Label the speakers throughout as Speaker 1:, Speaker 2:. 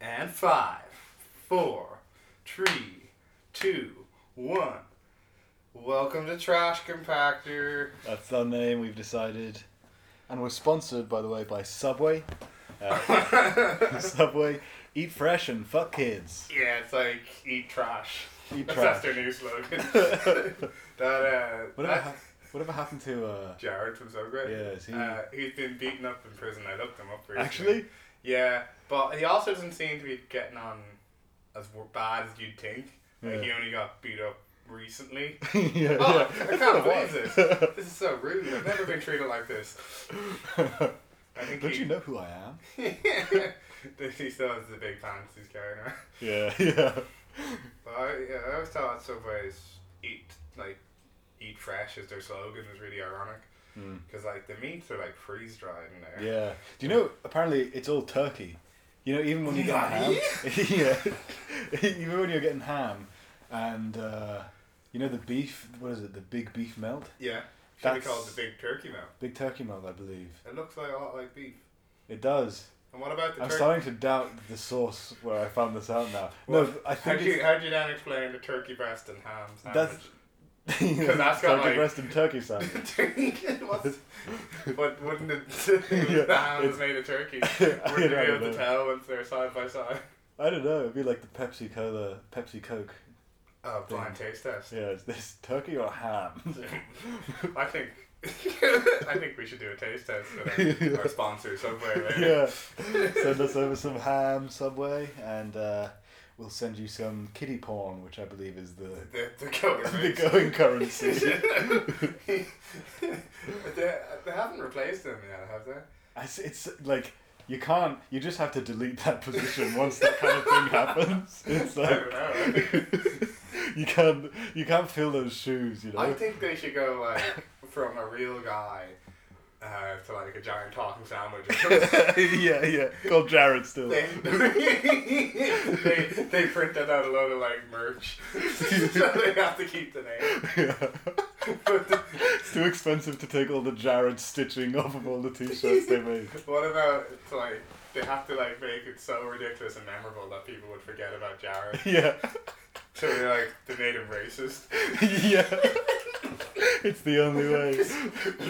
Speaker 1: And five, four, three, two, one. Welcome to Trash Compactor.
Speaker 2: That's our name, we've decided. And we're sponsored, by the way, by Subway. Uh,
Speaker 1: yeah,
Speaker 2: Subway, eat fresh and fuck kids.
Speaker 1: it's like eat trash.
Speaker 2: Eat
Speaker 1: That's,
Speaker 2: trash.
Speaker 1: that's their new slogan. that uh,
Speaker 2: Whatever,
Speaker 1: that-
Speaker 2: hap- whatever happened to. Uh,
Speaker 1: Jared from Subway.
Speaker 2: yeah, is he.
Speaker 1: Uh, he's been beaten up in prison. I looked him up recently.
Speaker 2: actually?
Speaker 1: Yeah, but he also doesn't seem to be getting on as w- bad as you'd think. Like
Speaker 2: Yeah.
Speaker 1: he only got beat up recently.
Speaker 2: yeah,
Speaker 1: Oh,
Speaker 2: yeah.
Speaker 1: I can't believe this. This is so rude. I've never been treated like this.
Speaker 2: this.
Speaker 1: I think
Speaker 2: Don't
Speaker 1: he,
Speaker 2: you know who I am?
Speaker 1: he still has the big pants he's carrying around.
Speaker 2: Yeah, yeah.
Speaker 1: But I, yeah, I always thought Subway's eat like eat fresh as their slogan was really ironic
Speaker 2: Mm.
Speaker 1: because like the meats are like freeze dried in there.
Speaker 2: Yeah. Do you know, apparently it's all turkey. You know, even when you're getting ham. yeah. even when you're getting ham and, uh, you know, the beef, what is it, the big beef melt?
Speaker 1: Yeah. Should be
Speaker 2: That's-
Speaker 1: called the big turkey melt.
Speaker 2: Big turkey melt, I believe.
Speaker 1: It looks like a lot like beef.
Speaker 2: It does.
Speaker 1: And what about the
Speaker 2: I'm
Speaker 1: turkey?
Speaker 2: starting to doubt the source where I found this out now. no,
Speaker 1: How
Speaker 2: I think
Speaker 1: do
Speaker 2: it's,
Speaker 1: you how do you then explain the turkey breast and ham
Speaker 2: That's-
Speaker 1: sandwich?
Speaker 2: turkey
Speaker 1: that's got, like-
Speaker 2: breast and turkey sandwich.
Speaker 1: What's- but wouldn't it if the
Speaker 2: Yeah,
Speaker 1: ham was
Speaker 2: it's-
Speaker 1: made of turkey?
Speaker 2: I
Speaker 1: Wouldn't you be
Speaker 2: don't
Speaker 1: able to
Speaker 2: know.
Speaker 1: tell once they're side by side?
Speaker 2: I don't know. It'd be like the Pepsi Cola, Pepsi Coke.
Speaker 1: Oh, blind
Speaker 2: Blind.
Speaker 1: taste test.
Speaker 2: Yeah, is this turkey or ham?
Speaker 1: I think I think we should do a taste test with our, our sponsor somewhere. Right?
Speaker 2: yeah. Send us over some ham, Subway, and uh, we'll send you some kiddie porn, which I believe is the
Speaker 1: The, the going
Speaker 2: the
Speaker 1: rates.
Speaker 2: going currency.
Speaker 1: they, they haven't replaced them yet, have they?
Speaker 2: it's, it's like. You can't. You just have to delete that position once that kind of thing happens. It's
Speaker 1: I don't
Speaker 2: like
Speaker 1: know.
Speaker 2: you can't. You can't fill those shoes. You know.
Speaker 1: I think they should go like from a real guy uh, to like a giant talking sandwich. Or something.
Speaker 2: yeah, yeah. Called Jared still.
Speaker 1: they, they they printed out a load of like merch, so they have to keep the name. But the-
Speaker 2: it's too expensive to take all the Jared stitching off of all the t-shirts they made.
Speaker 1: what about it's like they have to like make it so ridiculous and memorable that people would forget about Jared?
Speaker 2: Yeah,
Speaker 1: So they're like they made him racist.
Speaker 2: yeah. It's the only way.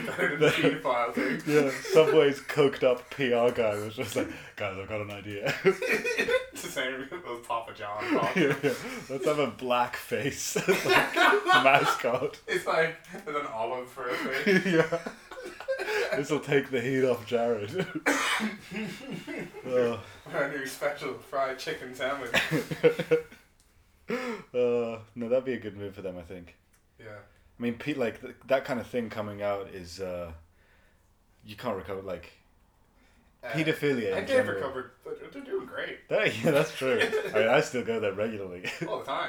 Speaker 1: Better than the pedophile thing.
Speaker 2: Yeah, Subway's coked up PR guy was just like, guys, I've got an idea.
Speaker 1: it's the same as Papa John. Papa.
Speaker 2: yeah, yeah. Let's have a black face as, like, mascot.
Speaker 1: It's like with an olive for a face.
Speaker 2: yeah. This will take the heat off Jared. oh.
Speaker 1: Our new special fried chicken sandwich.
Speaker 2: Uh, no, that'd be a good move for them, I think.
Speaker 1: yeah.
Speaker 2: I mean, Pete, like th- that kind of thing coming out is uh, you can't recover. Like
Speaker 1: Uh,
Speaker 2: pedophilia.
Speaker 1: I
Speaker 2: in
Speaker 1: did
Speaker 2: general.
Speaker 1: recover, but they're doing great
Speaker 2: That, yeah, that's true. I mean, I still go there regularly.
Speaker 1: all the time.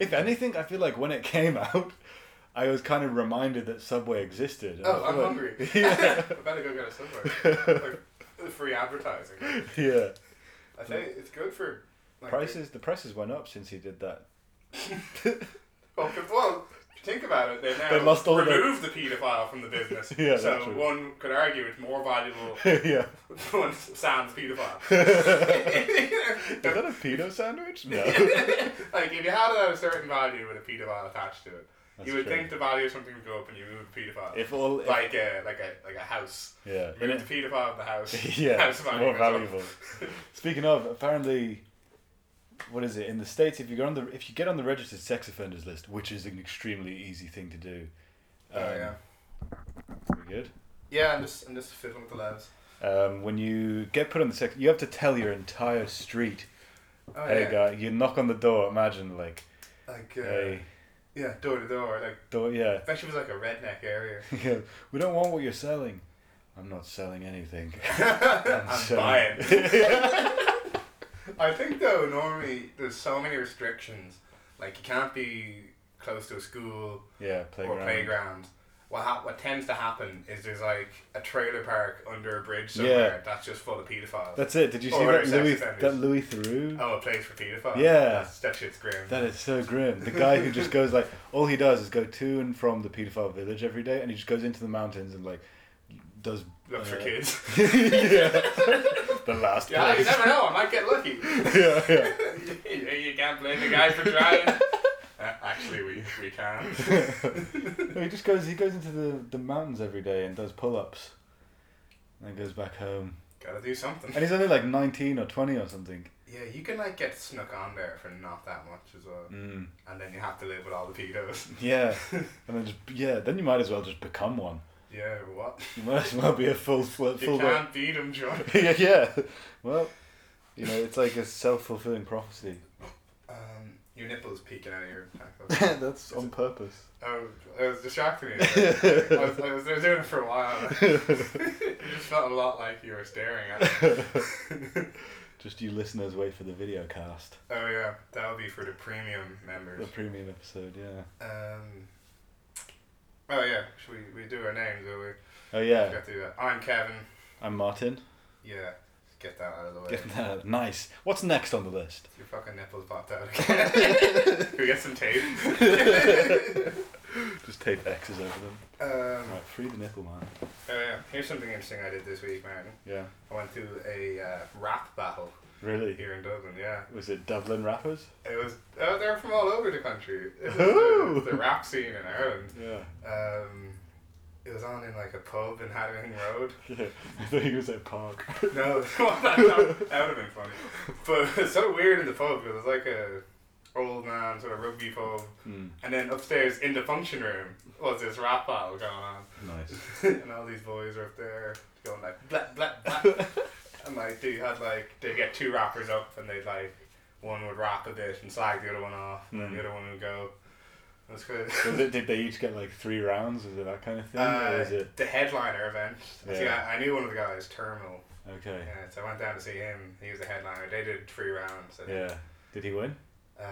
Speaker 2: if anything, I feel like when it came out, I was kind of reminded that Subway existed. and I
Speaker 1: Oh,
Speaker 2: feel
Speaker 1: I'm
Speaker 2: like-
Speaker 1: hungry.
Speaker 2: Yeah.
Speaker 1: I better go get a Subway. Like, free advertising.
Speaker 2: yeah.
Speaker 1: I say it's good for like,
Speaker 2: Prices. The prices went up since he did that.
Speaker 1: Well, 'cause- well, if you think about it, they now
Speaker 2: They lost all their-
Speaker 1: removed the paedophile from the business.
Speaker 2: Yeah, that's
Speaker 1: so
Speaker 2: true.
Speaker 1: one could argue it's more valuable
Speaker 2: yeah.
Speaker 1: than Sam's paedophile.
Speaker 2: Is that a pedo sandwich? No.
Speaker 1: like if you had it at a certain value with a paedophile attached to it,
Speaker 2: That's
Speaker 1: you would
Speaker 2: true.
Speaker 1: think the value of something would go up and you move the paedophile.
Speaker 2: If all. If,
Speaker 1: like a like a like a house.
Speaker 2: yeah.
Speaker 1: Move the paedophile of the house.
Speaker 2: yeah,
Speaker 1: house
Speaker 2: it's
Speaker 1: value
Speaker 2: more
Speaker 1: goes up.
Speaker 2: valuable. Speaking of, apparently, what is it in the states? If you go on the if you get on the registered sex offenders list, which is an extremely easy thing to do. um,
Speaker 1: Oh yeah.
Speaker 2: Pretty good.
Speaker 1: Yeah, I'm just I'm just fiddling with the levels.
Speaker 2: Um, when you get put on the sex, you have to tell your entire street.
Speaker 1: Oh
Speaker 2: hey,
Speaker 1: yeah.
Speaker 2: guy, you knock on the door. Imagine like,
Speaker 1: Like uh,
Speaker 2: hey,
Speaker 1: yeah, door to door. Like
Speaker 2: door, yeah,
Speaker 1: especially if it was like a redneck area.
Speaker 2: yeah, we don't want what you're selling. I'm not selling anything.
Speaker 1: I'm,
Speaker 2: sorry.
Speaker 1: buying. I think though normally there's so many restrictions. Like you can't be close to a school
Speaker 2: Yeah,
Speaker 1: or
Speaker 2: playground.
Speaker 1: playground. What hap what tends to happen is there's like a trailer park under a bridge somewhere
Speaker 2: Yeah.
Speaker 1: that's just full of pedophiles.
Speaker 2: That's it. Did you see
Speaker 1: Or
Speaker 2: that
Speaker 1: sex
Speaker 2: Louis?
Speaker 1: offenders.
Speaker 2: That Louis Theroux.
Speaker 1: Oh, a place for pedophiles.
Speaker 2: Yeah.
Speaker 1: That's, that shit's grim.
Speaker 2: That is so grim. The guy who just goes like all he does is go to and from the pedophile village every day, and he just goes into the mountains and like does
Speaker 1: Look for
Speaker 2: uh,
Speaker 1: kids.
Speaker 2: yeah, the last
Speaker 1: yeah, you
Speaker 2: place.
Speaker 1: never know. I might get lucky.
Speaker 2: yeah, yeah.
Speaker 3: you, you can't blame the guy for trying.
Speaker 1: Uh, actually, we, we can.
Speaker 2: No, he just goes. He goes into the, the mountains every day and does pull ups, and then goes back home.
Speaker 1: Gotta do something.
Speaker 2: And he's only like nineteen or twenty or something.
Speaker 1: Yeah, you can like get snuck on there for not that much as well,
Speaker 2: Mm.
Speaker 1: and then you have to live with all the pedos.
Speaker 2: Yeah, and then just yeah. Then you might as well just become one.
Speaker 1: Yeah, what?
Speaker 2: You might as well be a full full.
Speaker 1: You
Speaker 2: full
Speaker 1: can't beat them, John.
Speaker 2: yeah, yeah. Well, you know, it's like a self fulfilling prophecy.
Speaker 1: Um, your nipples peeking out of your back.
Speaker 2: That's on purpose.
Speaker 1: Oh, it was distracting me. I was, I was there doing it for a while. it just felt a lot like you were staring at it.
Speaker 2: Just you listeners wait for the video cast,
Speaker 1: Oh yeah, that would be for the premium members.
Speaker 2: the premium episode. Yeah.
Speaker 1: Um. Oh yeah, should we, we do our names? Or we
Speaker 2: Oh yeah.
Speaker 1: got to do that. I'm Kevin.
Speaker 2: I'm Martin.
Speaker 1: Yeah, get that out of the way.
Speaker 2: Get that. Nice. What's next on the list?
Speaker 1: Your fucking nipples popped out again. Can we get some tape? um,
Speaker 2: Just tape X's over them. Right, free the nipple, man.
Speaker 1: oh yeah, here's something interesting I did this week, man.
Speaker 2: Yeah.
Speaker 1: I went to a uh, rap battle
Speaker 2: Really?
Speaker 1: here in Dublin. Yeah,
Speaker 2: Was it Dublin rappers?
Speaker 1: it was. Uh, they're from all over the country. It was
Speaker 2: Ooh.
Speaker 1: the, the rap scene in Ireland.
Speaker 2: Yeah.
Speaker 1: Um, it was on in like a pub in Hadding Road.
Speaker 2: yeah. I thought you were at park.
Speaker 1: No, that, that, that would have been funny. But it's so weird in the pub. It was like a old man sort of rugby pub,
Speaker 2: Mm,
Speaker 1: and then upstairs in the function room was this rap battle going on,
Speaker 2: nice.
Speaker 1: and all these boys were up there going like blah blah blah, and like they had like they get two rappers up, and they would like one would rap a bit and slag the other one off, and then the
Speaker 2: Mm.
Speaker 1: other one would go. That's good.
Speaker 2: So did, did they each get like three rounds? Is it that kind of thing, or
Speaker 1: Uh,
Speaker 2: is it
Speaker 1: the headliner event. See,
Speaker 2: Yeah.
Speaker 1: I, I knew one of the guys, Terminal.
Speaker 2: okay?
Speaker 1: Yeah, so I went down to see him. He was the headliner. They did three rounds. And,
Speaker 2: Yeah. Did he win?
Speaker 1: Uh,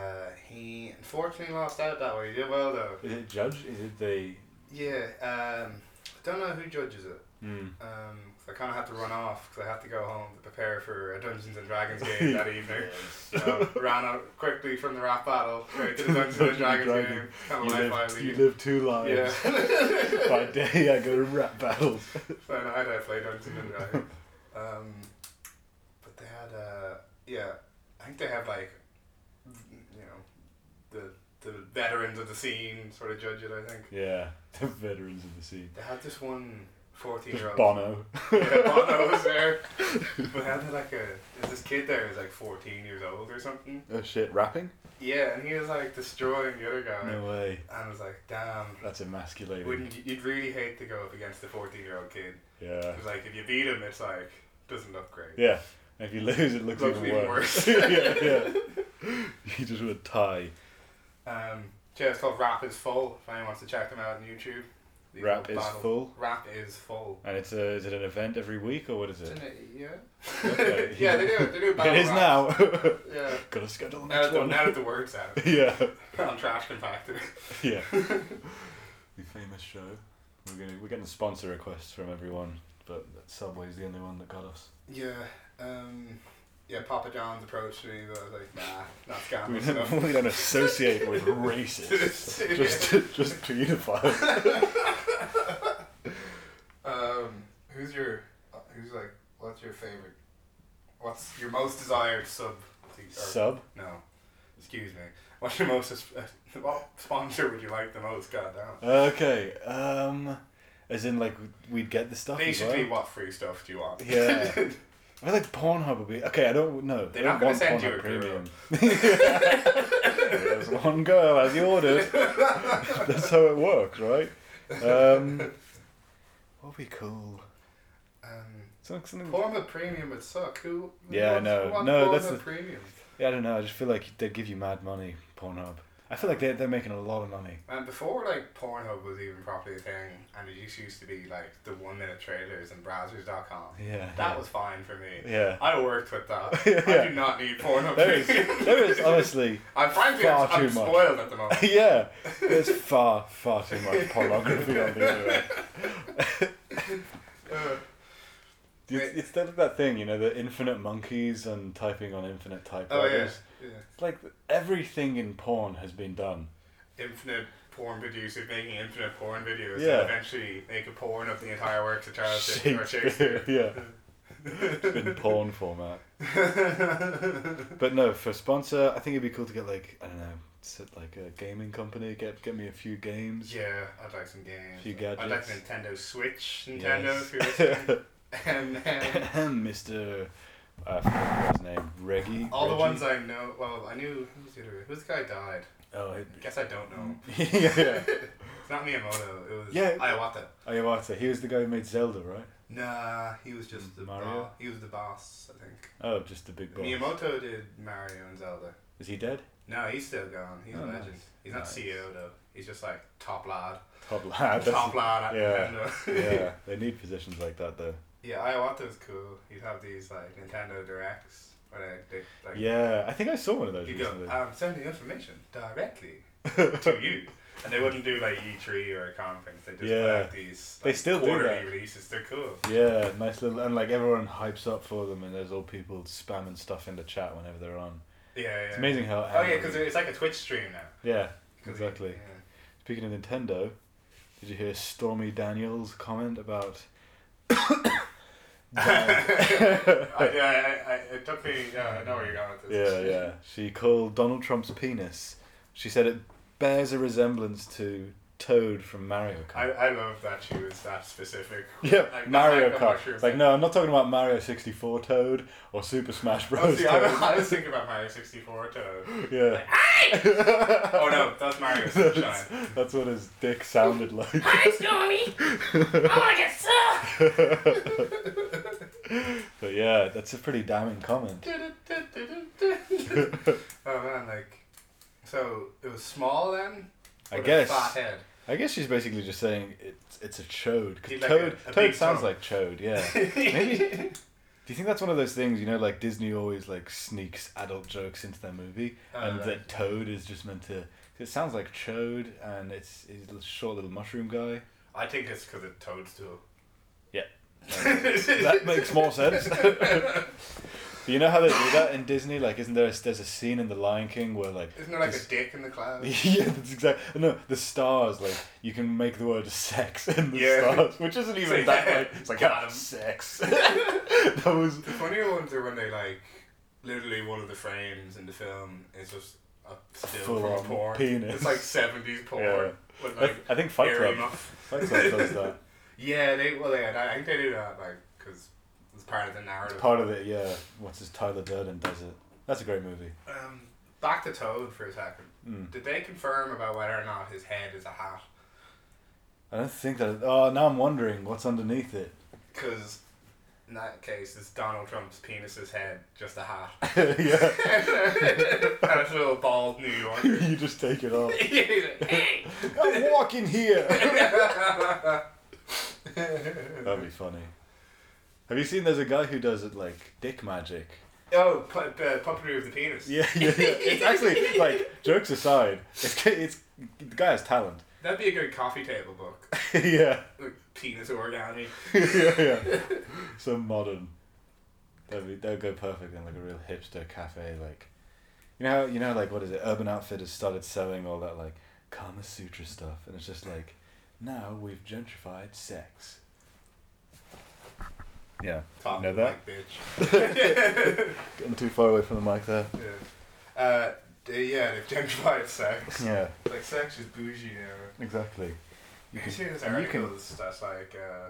Speaker 1: he unfortunately lost out that way. He did well though.
Speaker 2: Is it judge? Is it the?
Speaker 1: Yeah. Um, I don't know who judges it.
Speaker 2: Mm.
Speaker 1: Um, 'cause I kind of had to run off because I had to go home to prepare for a Dungeons and Dragons game that evening. So ran out quickly from the rap battle straight to the Dungeons and Dragons
Speaker 2: Dragon.
Speaker 1: game. Kind
Speaker 2: You
Speaker 1: of life I
Speaker 2: live, you
Speaker 1: lead.
Speaker 2: live two
Speaker 1: Yeah.
Speaker 2: lives. By day, I go to rap battles.
Speaker 1: so at night I play Dungeons and Dragons. Um, but they had uh, yeah, I think they have like, you know, the the veterans of the scene sort of judge it. I think.
Speaker 2: Yeah, the veterans of the scene.
Speaker 1: They had this one 14 year
Speaker 2: Just
Speaker 1: old.
Speaker 2: Bono.
Speaker 1: Yeah, Bono was there. But had like a. There's this kid there who's like 14 years old or something.
Speaker 2: Oh shit, rapping?
Speaker 1: Yeah, and he was like destroying the other guy.
Speaker 2: No way.
Speaker 1: And I was like, damn.
Speaker 2: That's emasculating.
Speaker 1: Wouldn't you, you'd really hate to go up against the 14 year old kid?
Speaker 2: Yeah.
Speaker 1: Because like if you beat him, it's like doesn't look great.
Speaker 2: Yeah. And if you lose, it looks,
Speaker 1: Looks
Speaker 2: even,
Speaker 1: even
Speaker 2: worse.
Speaker 1: worse.
Speaker 2: yeah, yeah. You just would tie.
Speaker 1: Um, yeah, it's called Rap Is Full. If anyone wants to check them out on YouTube. These
Speaker 2: Rap
Speaker 1: little
Speaker 2: is
Speaker 1: battles.
Speaker 2: full.
Speaker 1: Rap is full.
Speaker 2: And it's a, is it an event every week or what is
Speaker 1: Isn't
Speaker 2: it?
Speaker 1: it? Yeah.
Speaker 2: Okay.
Speaker 1: yeah, they do. They do battle
Speaker 2: It is
Speaker 1: rap.
Speaker 2: now.
Speaker 1: Yeah.
Speaker 2: Gotta schedule the
Speaker 1: Now
Speaker 2: next
Speaker 1: that, the,
Speaker 2: one.
Speaker 1: now that the word's out
Speaker 2: yeah.
Speaker 1: on Trash Compactor.
Speaker 2: Yeah. the famous show. We're gonna we're getting sponsor requests from everyone, but Subway's the only one that got us.
Speaker 1: Yeah, um, yeah. Papa John's approached me, but I was like, nah, not
Speaker 2: We
Speaker 1: scandal
Speaker 2: don't,
Speaker 1: stuff.
Speaker 2: we don't associate with racists. just just pedophiles.
Speaker 1: um, who's your, uh, who's like, what's your favorite, what's your most desired sub? or-
Speaker 2: Sub?
Speaker 1: No, excuse me. What's your most, uh, what sponsor would you like the most? Goddamn.
Speaker 2: Okay. Um as in like we'd get the stuff. as
Speaker 1: Basically,
Speaker 2: well?
Speaker 1: what free stuff do you want?
Speaker 2: Yeah. I feel like Pornhub would be okay. I don't know. Oh,
Speaker 1: They're not gonna send you a girl.
Speaker 2: There's one girl as you ordered. That's how it works, right? Um, what would be cool?
Speaker 1: um,
Speaker 2: Something, something-
Speaker 1: Pornhub Premium would suck. Who? who
Speaker 2: Yeah, I
Speaker 1: wants-
Speaker 2: know.
Speaker 1: who wants
Speaker 2: No, that's
Speaker 1: Pornhub
Speaker 2: the-
Speaker 1: Premium.
Speaker 2: yeah, I don't know. I just feel like they'd give you mad money, Pornhub. I feel like they're, they're making a lot of money.
Speaker 1: And before like Pornhub was even properly a thing, and it just used to be like the one minute trailers and browsers.com.
Speaker 2: Yeah.
Speaker 1: That was fine for me.
Speaker 2: Yeah.
Speaker 1: I worked with that.
Speaker 2: Yeah.
Speaker 1: I do not need Pornhub.
Speaker 2: There is, there is honestly,
Speaker 1: I'm frankly, I'm,
Speaker 2: far
Speaker 1: I'm
Speaker 2: too much.
Speaker 1: spoiled at the moment.
Speaker 2: yeah, there's far, far too much pornography on the internet.
Speaker 1: Uh,
Speaker 2: It's, it's that, that thing, you know, the infinite monkeys and typing on infinite
Speaker 1: oh yeah.
Speaker 2: typewriters.
Speaker 1: yeah.
Speaker 2: It's like everything in porn has been done.
Speaker 1: Infinite porn producers making infinite porn videos
Speaker 2: Yeah.
Speaker 1: Oh, and eventually make a porn of the entire works of Charles Dickens or
Speaker 2: Shakespeare,
Speaker 1: Shakespeare.
Speaker 2: yeah. in porn format. But no, for sponsor, I think it'd be cool to get like I don't know, sit like a gaming company. Get get me a few games.
Speaker 1: yeah, I'd like some games.
Speaker 2: Few
Speaker 1: I'd like
Speaker 2: gadgets.
Speaker 1: Nintendo Switch. Nintendo,
Speaker 2: Yes.
Speaker 1: if you're listening. and then
Speaker 2: Mr. Uh, I forgot his name. Reggie.
Speaker 1: all the
Speaker 2: Reggie?
Speaker 1: ones I know. Well, I knew who's the other, who's the guy died.
Speaker 2: Oh, it,
Speaker 1: I guess I don't know.
Speaker 2: yeah. Oh,
Speaker 1: It's not Miyamoto. It was
Speaker 2: Yeah.
Speaker 1: Iwata.
Speaker 2: Iwata. He was the guy who made Zelda, right?
Speaker 1: Nah, he was just the
Speaker 2: Mario?
Speaker 1: Bo- he was the boss, I think.
Speaker 2: Oh, just the big boss.
Speaker 1: Miyamoto did Mario and Zelda.
Speaker 2: Is he dead?
Speaker 1: No, he's still gone. He's
Speaker 2: Oh,
Speaker 1: a legend.
Speaker 2: nice.
Speaker 1: He's not
Speaker 2: Nice.
Speaker 1: CEO though. He's just like top lad.
Speaker 2: Top lad. Ah, that's-
Speaker 1: top lad at
Speaker 2: yeah.
Speaker 1: Nintendo.
Speaker 2: yeah, they need positions like that though.
Speaker 1: yeah, Iwata's cool. He'd have these like Nintendo Directs where they, they like
Speaker 2: Yeah, I think I saw one of those
Speaker 1: you go, um,
Speaker 2: recently.
Speaker 1: I'm sending information directly to you. And they wouldn't do like E three or a conference. They just put
Speaker 2: Yeah.
Speaker 1: out these
Speaker 2: They
Speaker 1: like,
Speaker 2: still do
Speaker 1: quarterly
Speaker 2: that.
Speaker 1: releases. They're cool.
Speaker 2: yeah, nice little and like everyone hypes up for them, and there's all people spamming stuff in the chat whenever they're on.
Speaker 1: Yeah, yeah.
Speaker 2: It's amazing how.
Speaker 1: Oh yeah,
Speaker 2: angry-
Speaker 1: because it's like a Twitch stream now.
Speaker 2: yeah,
Speaker 1: 'Cause you-
Speaker 2: exactly.
Speaker 1: yeah.
Speaker 2: Speaking of Nintendo, did you hear Stormy Daniels' comment about?
Speaker 1: I, yeah, I, I, it took me. Yeah, I know where you're going with
Speaker 2: Yeah,
Speaker 1: this.
Speaker 2: yeah. She called Donald Trump's penis. She said it bears a resemblance to Toad from Mario Kart.
Speaker 1: I, I love that she was that specific.
Speaker 2: yeah,
Speaker 1: Like,
Speaker 2: Mario
Speaker 1: like, I'm not
Speaker 2: Kart.
Speaker 1: sure
Speaker 2: It's
Speaker 1: if
Speaker 2: like,
Speaker 1: that-
Speaker 2: no, I'm not talking about Mario 64 Toad or Super Smash Bros.
Speaker 1: Oh, see, I, was-
Speaker 2: Toad.
Speaker 1: I was thinking about Mario 64 to.
Speaker 2: Yeah.
Speaker 1: Oh no, that's Mario
Speaker 2: that's,
Speaker 1: Sunshine.
Speaker 2: that's what his dick sounded like.
Speaker 3: Hi, Stormy. I want to get sucked.
Speaker 2: But yeah, that's a pretty damning comment.
Speaker 1: oh man, like. So it was small then?
Speaker 2: I
Speaker 1: With
Speaker 2: guess.
Speaker 1: A fat head.
Speaker 2: I guess she's basically just saying it's it's a chode because
Speaker 1: He's like
Speaker 2: toad
Speaker 1: a- a
Speaker 2: toad
Speaker 1: big
Speaker 2: sounds
Speaker 1: chode.
Speaker 2: like chode. Yeah. Maybe. Do you think that's one of those things you know, like Disney always like sneaks adult jokes into their movie,
Speaker 1: Oh,
Speaker 2: and
Speaker 1: right.
Speaker 2: that toad is just meant to. It sounds like chode, and it's he's a short little mushroom guy.
Speaker 1: I think it's because of Toadstool.
Speaker 2: that makes more sense. But you know how they do that in Disney? Like, isn't there? A, there's a scene in The Lion King where like
Speaker 1: Isn't there like
Speaker 2: this-
Speaker 1: a dick in the clouds?
Speaker 2: yeah, that's exactly. No, the stars. Like you can make the word sex in the
Speaker 1: Yeah.
Speaker 2: stars, which isn't even
Speaker 1: like,
Speaker 2: that
Speaker 1: yeah,
Speaker 2: like. It's like
Speaker 1: got
Speaker 2: ah,
Speaker 1: him.
Speaker 2: sex. that was
Speaker 1: The funnier ones are when they like literally one of the frames in the film is just a still from a
Speaker 2: Full-on
Speaker 1: porn.
Speaker 2: penis.
Speaker 1: It's like seventies porn.
Speaker 2: Yeah.
Speaker 1: With
Speaker 2: I,
Speaker 1: like
Speaker 2: I think Fight
Speaker 1: hairy
Speaker 2: Club.
Speaker 1: muff-
Speaker 2: Fight Club does that.
Speaker 1: Yeah, they well yeah, I think they do that like because it's part of the narrative.
Speaker 2: Part of it, yeah. What's his Tyler Durden does it. That's a great movie.
Speaker 1: um, back to Toad for a second.
Speaker 2: Mm.
Speaker 1: Did they confirm about whether or not his head is a hat?
Speaker 2: I don't think that. Oh, now I'm wondering what's underneath it.
Speaker 1: Because in that case, it's Donald Trump's penis's head, just a hat.
Speaker 2: yeah,
Speaker 1: That's a little bald New Yorker.
Speaker 2: you just take it off.
Speaker 1: He's like, "Hey!"
Speaker 2: I'm walking here. That'd be funny. Have you seen? There's a guy who does it like dick magic.
Speaker 1: oh, pu- uh, puppetry of the penis.
Speaker 2: Yeah, yeah, yeah. It's actually like jokes aside, it's it's the guy has talent.
Speaker 1: That'd be a good coffee table book.
Speaker 2: yeah,
Speaker 1: Like, penis origami.
Speaker 2: yeah, yeah. So modern. That'd be that'd go perfect in like a real hipster cafe. Like, you know, how, you know, like what is it? Urban Outfitters started selling all that like Kama Sutra stuff, and it's just like, now we've gentrified sex. Yeah,
Speaker 1: Top
Speaker 2: know
Speaker 1: of
Speaker 2: that.
Speaker 1: the mic, bitch.
Speaker 2: Getting too far away from the mic there.
Speaker 1: yeah. Uh, they- yeah, they've gentrified sex.
Speaker 2: Yeah,
Speaker 1: Like, sex is bougie now.
Speaker 2: exactly.
Speaker 1: You
Speaker 2: You can-
Speaker 1: see those
Speaker 2: you can-
Speaker 1: articles that's like, uh,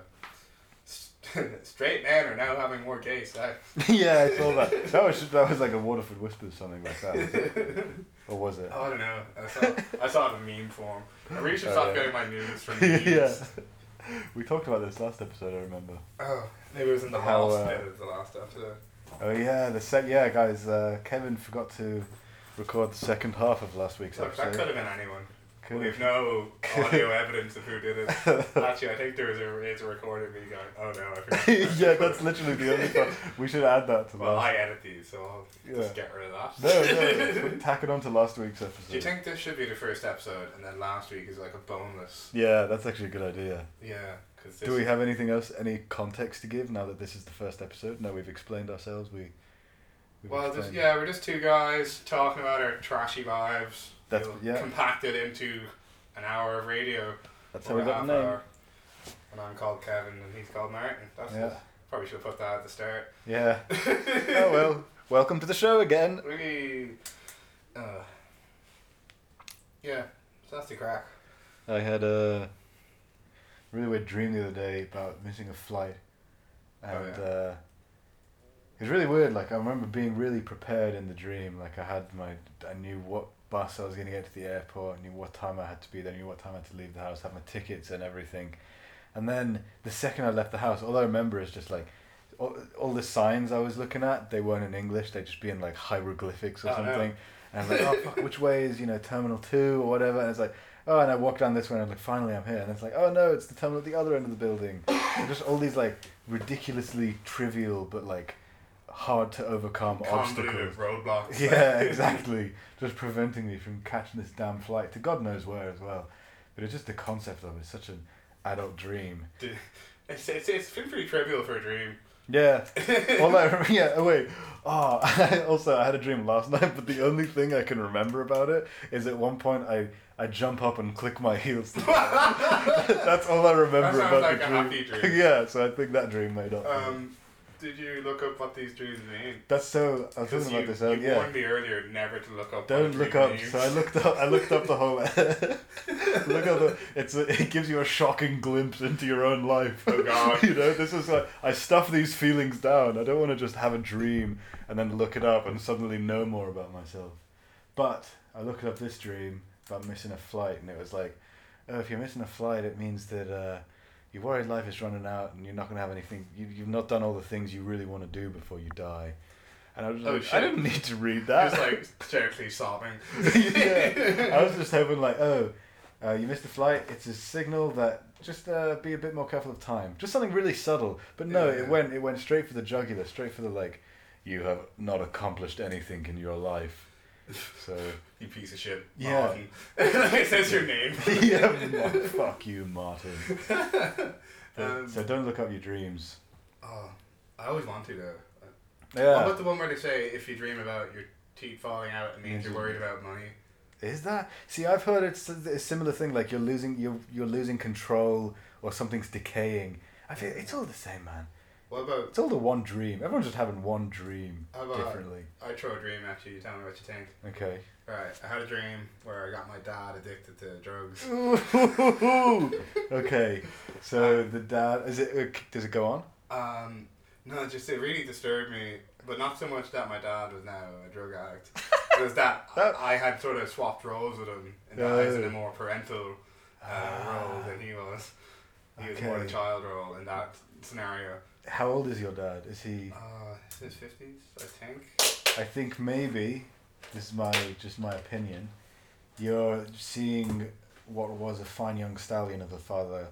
Speaker 1: st- straight men are now having more gay sex.
Speaker 2: yeah, I saw that. That was that was like a Waterford Whisper, something like that. was it? Or was it?
Speaker 1: Oh, I don't know. I saw, I saw it in meme form. I really should
Speaker 2: Oh,
Speaker 1: stop
Speaker 2: yeah.
Speaker 1: getting my news from memes.
Speaker 2: yeah. We talked about this last episode. I remember.
Speaker 1: Oh, maybe it was in the
Speaker 2: How,
Speaker 1: last
Speaker 2: uh,
Speaker 1: bit of the last episode.
Speaker 2: Oh yeah, the sec. Yeah, guys. Uh, Kevin forgot to record the second half of last week's
Speaker 1: Look, that
Speaker 2: episode.
Speaker 1: could have been anyone.
Speaker 2: Could
Speaker 1: we
Speaker 2: have-
Speaker 1: have no audio evidence of who did it. Actually, I think there was a, it's a recording of me going, oh no, I forgot.
Speaker 2: yeah, that's literally the only part. We should add that to
Speaker 1: Well,
Speaker 2: last.
Speaker 1: I edit these, so I'll just get rid of that.
Speaker 2: No, no. we tack it on to last week's episode.
Speaker 1: Do you think this should be the first episode, and then last week is like a bonus?
Speaker 2: Yeah, that's actually a good idea.
Speaker 1: Yeah, because
Speaker 2: Do we have anything else, any context to give now that this is the first episode? Now we've explained ourselves. We. we've
Speaker 1: Well, just,
Speaker 2: explained-
Speaker 1: yeah, we're just two guys talking about our trashy lives.
Speaker 2: That's-
Speaker 1: you know,
Speaker 2: yeah.
Speaker 1: Compacted into an hour of radio.
Speaker 2: That's
Speaker 1: or
Speaker 2: how we
Speaker 1: a
Speaker 2: got
Speaker 1: half
Speaker 2: the name.
Speaker 1: hour. And I'm called Kevin, and he's called Martin. That's
Speaker 2: Yeah.
Speaker 1: it. Probably should have put that at the start.
Speaker 2: Yeah. oh well. Welcome to the show again.
Speaker 1: We, uh, yeah, so that's the crack.
Speaker 2: I had a really weird dream the other day about missing a flight, and
Speaker 1: Oh, yeah.
Speaker 2: uh, it was really weird. Like I remember being really prepared in the dream. Like I had my, I knew what bus I was gonna get to the airport. I knew what time I had to be there. I knew what time I had to leave the house. Had my tickets and everything, and then the second I left the house, all I remember is just like. All, all the signs I was looking at, they weren't in English. They'd just be in like hieroglyphics or
Speaker 1: Oh, no.
Speaker 2: something. And I was like, oh fuck, which way is you know Terminal Two or whatever? And it's like, oh, and I walk down this way, and I'm like, finally I'm here. And it's like, oh no, it's the terminal at the other end of the building. And just all these like ridiculously trivial but like hard to overcome
Speaker 1: Convoluted
Speaker 2: obstacles.
Speaker 1: roadblocks.
Speaker 2: Yeah, exactly. Just preventing me from catching this damn flight to God knows where as well. But it's just the concept of it, such an adult dream.
Speaker 1: It's, it's, it's been pretty trivial for a dream.
Speaker 2: Yeah. Well, I, yeah. oh, Wait. Oh, I also I had a dream last night, but the only thing I can remember about it is at one point I I jump up and click my heels. to the ground. That's all I remember
Speaker 1: That sounds
Speaker 2: about
Speaker 1: like
Speaker 2: the
Speaker 1: a
Speaker 2: dream.
Speaker 1: happy dream.
Speaker 2: yeah. So I think that dream made up. for it.
Speaker 1: Um, did you look up what these dreams mean?
Speaker 2: That's so. I was
Speaker 1: Because
Speaker 2: talking
Speaker 1: you,
Speaker 2: about this. earlier.
Speaker 1: you
Speaker 2: yeah.
Speaker 1: warned me earlier never to look up. what
Speaker 2: Don't
Speaker 1: a
Speaker 2: look
Speaker 1: dream
Speaker 2: up.
Speaker 1: means.
Speaker 2: So I looked up. I looked up the whole. look up the. It's a, it gives you a shocking glimpse into your own life.
Speaker 1: Oh, God.
Speaker 2: you know, this is like I stuff these feelings down. I don't want to just have a dream and then look it up and suddenly know more about myself. But I looked up this dream about missing a flight, and it was like, oh, if you're missing a flight, it means that uh, your worried life is running out, and you're not gonna have anything. You, you've not done all the things you really want to do before you die. And I was
Speaker 1: Oh,
Speaker 2: like, I
Speaker 1: shit.
Speaker 2: didn't need to read that.
Speaker 1: It was like hysterically sobbing.
Speaker 2: yeah. I was just hoping like, oh, uh, you missed the flight. It's a signal that just uh, be a bit more careful of time. Just something really subtle. But no,
Speaker 1: Yeah.
Speaker 2: it went it went straight for the jugular, straight for the like. You have not accomplished anything in your life. So
Speaker 1: You piece of shit.
Speaker 2: Yeah.
Speaker 1: Martin. it says your name.
Speaker 2: yeah, Mar- fuck you, Martin. But-
Speaker 1: Um,
Speaker 2: so don't look up your dreams.
Speaker 1: Oh, I always want to though. What
Speaker 2: Yeah,
Speaker 1: about the one where they say if you dream about your teeth falling out, it means you're worried about money?
Speaker 2: is that? See, I've heard it's a, a similar thing. Like you're losing, you're you're losing control, or something's decaying. I feel it's all the same, man.
Speaker 1: What about
Speaker 2: It's all the one dream. Everyone's just having one dream
Speaker 1: How about-
Speaker 2: differently.
Speaker 1: I throw a dream at you, you tell me what you think.
Speaker 2: Okay.
Speaker 1: Alright, I had a dream where I got my dad addicted to drugs.
Speaker 2: okay. So the dad is it? uh, Does it go on?
Speaker 1: Um, no, just it really disturbed me, but not so much that my dad was now a drug addict. it was that
Speaker 2: That-
Speaker 1: I had sort of swapped roles with him, and that I was in
Speaker 2: Oh.
Speaker 1: a more parental uh, role than he was. He was more the
Speaker 2: Okay.
Speaker 1: child role in that scenario.
Speaker 2: How old is your dad? Is he?
Speaker 1: Uh, it's his 50s, I think.
Speaker 2: I think maybe. This is my just my opinion. You're seeing what was a fine young stallion of a father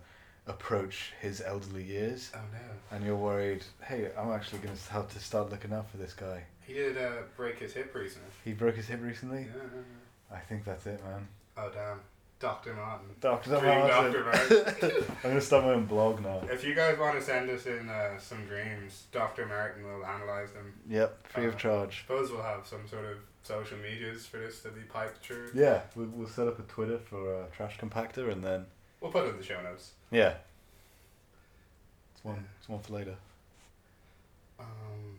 Speaker 2: approach his elderly years,
Speaker 1: Oh no.
Speaker 2: and you're worried. Hey, I'm actually going to have to start looking out for this guy.
Speaker 1: He did uh, break his hip recently.
Speaker 2: He broke his hip
Speaker 1: Yeah.
Speaker 2: recently. I think that's it, man.
Speaker 1: Oh damn. Dr. Martin.
Speaker 2: Doctor
Speaker 1: Dream
Speaker 2: Martin.
Speaker 1: Dr. Martin.
Speaker 2: I'm gonna start my own blog now.
Speaker 1: if you guys want to send us in uh, some dreams, Dr. Martin will analyze them.
Speaker 2: Yep, free of
Speaker 1: Uh,
Speaker 2: charge.
Speaker 1: Suppose we'll have some sort of social medias for this to be piped through.
Speaker 2: Yeah, we, we'll set up a Twitter for uh, Trash Compactor, and then
Speaker 1: We'll put it in the show notes.
Speaker 2: yeah, it's one. It's one for later.
Speaker 1: Um,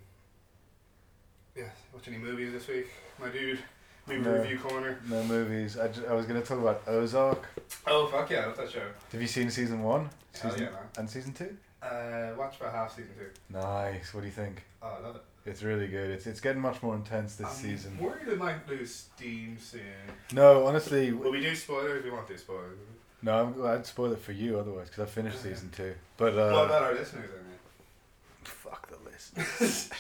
Speaker 1: yeah. Watch any movies this week, my dude? Movie
Speaker 2: No.
Speaker 1: review corner.
Speaker 2: No movies. I, ju- I was gonna talk about Ozark.
Speaker 1: Oh fuck yeah, that's that show.
Speaker 2: Have you seen season one?
Speaker 1: Hell
Speaker 2: Season
Speaker 1: yeah, man.
Speaker 2: and season two.
Speaker 1: Uh, watch about half season two.
Speaker 2: Nice. What do you think?
Speaker 1: Oh, I love it.
Speaker 2: It's really good. It's it's getting much more intense this
Speaker 1: I'm
Speaker 2: season.
Speaker 1: Worried it might lose steam soon.
Speaker 2: No, honestly, w-
Speaker 1: Will we do spoilers? We won't do spoilers.
Speaker 2: no. I'm, glad- I'd spoil it for you otherwise because I finished
Speaker 1: Okay.
Speaker 2: season two. But
Speaker 1: what
Speaker 2: uh,
Speaker 1: about our listeners? I
Speaker 2: fuck the list.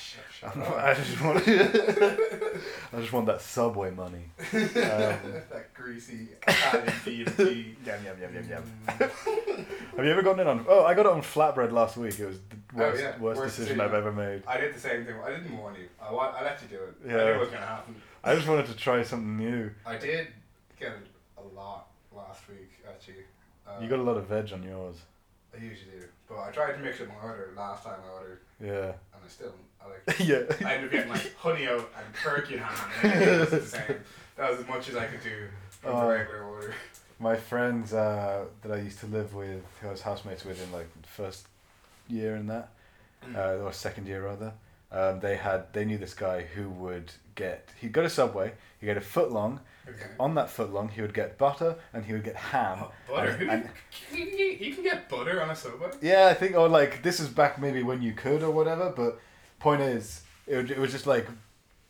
Speaker 1: mean,
Speaker 2: I'm not, I just want. I just want that subway money. Um,
Speaker 1: that greasy Italian DMT.
Speaker 2: Yum yum yum yum yum.
Speaker 1: Mm.
Speaker 2: Have you ever gotten it on? Oh, I got it on flatbread last week. It was the
Speaker 1: Oh,
Speaker 2: worst,
Speaker 1: yeah.
Speaker 2: worst,
Speaker 1: Worst
Speaker 2: decision
Speaker 1: decision.
Speaker 2: I've ever made.
Speaker 1: I did the same thing. I didn't warn you. I, wa- I let you do it. I knew
Speaker 2: Yeah.
Speaker 1: it was gonna happen.
Speaker 2: I just wanted to try something new.
Speaker 1: I did get a lot last week actually. Uh,
Speaker 2: You got a lot of veg on yours.
Speaker 1: I usually do, but I tried to mix up my order last time I ordered,
Speaker 2: Yeah.
Speaker 1: and I still I like.
Speaker 2: yeah.
Speaker 1: I ended up getting like honey oat and turkey ham. And everything was the same. That was as much as I could do from
Speaker 2: Oh.
Speaker 1: the regular order.
Speaker 2: My friends uh, that I used to live with, who I was housemates with in like first year and that,
Speaker 1: Hmm.
Speaker 2: uh, or second year rather. Um, they had they knew this guy who would get he'd go to Subway, he'd get a foot long.
Speaker 1: Mm, Okay.
Speaker 2: On that foot long, he would get butter and he would get ham.
Speaker 1: Oh, butter.
Speaker 2: um, And-
Speaker 1: Who-
Speaker 2: and-
Speaker 1: you, can get, you can get butter on a subway.
Speaker 2: yeah, I think or like this is back maybe when you could or whatever. But point is, it, would- it was just like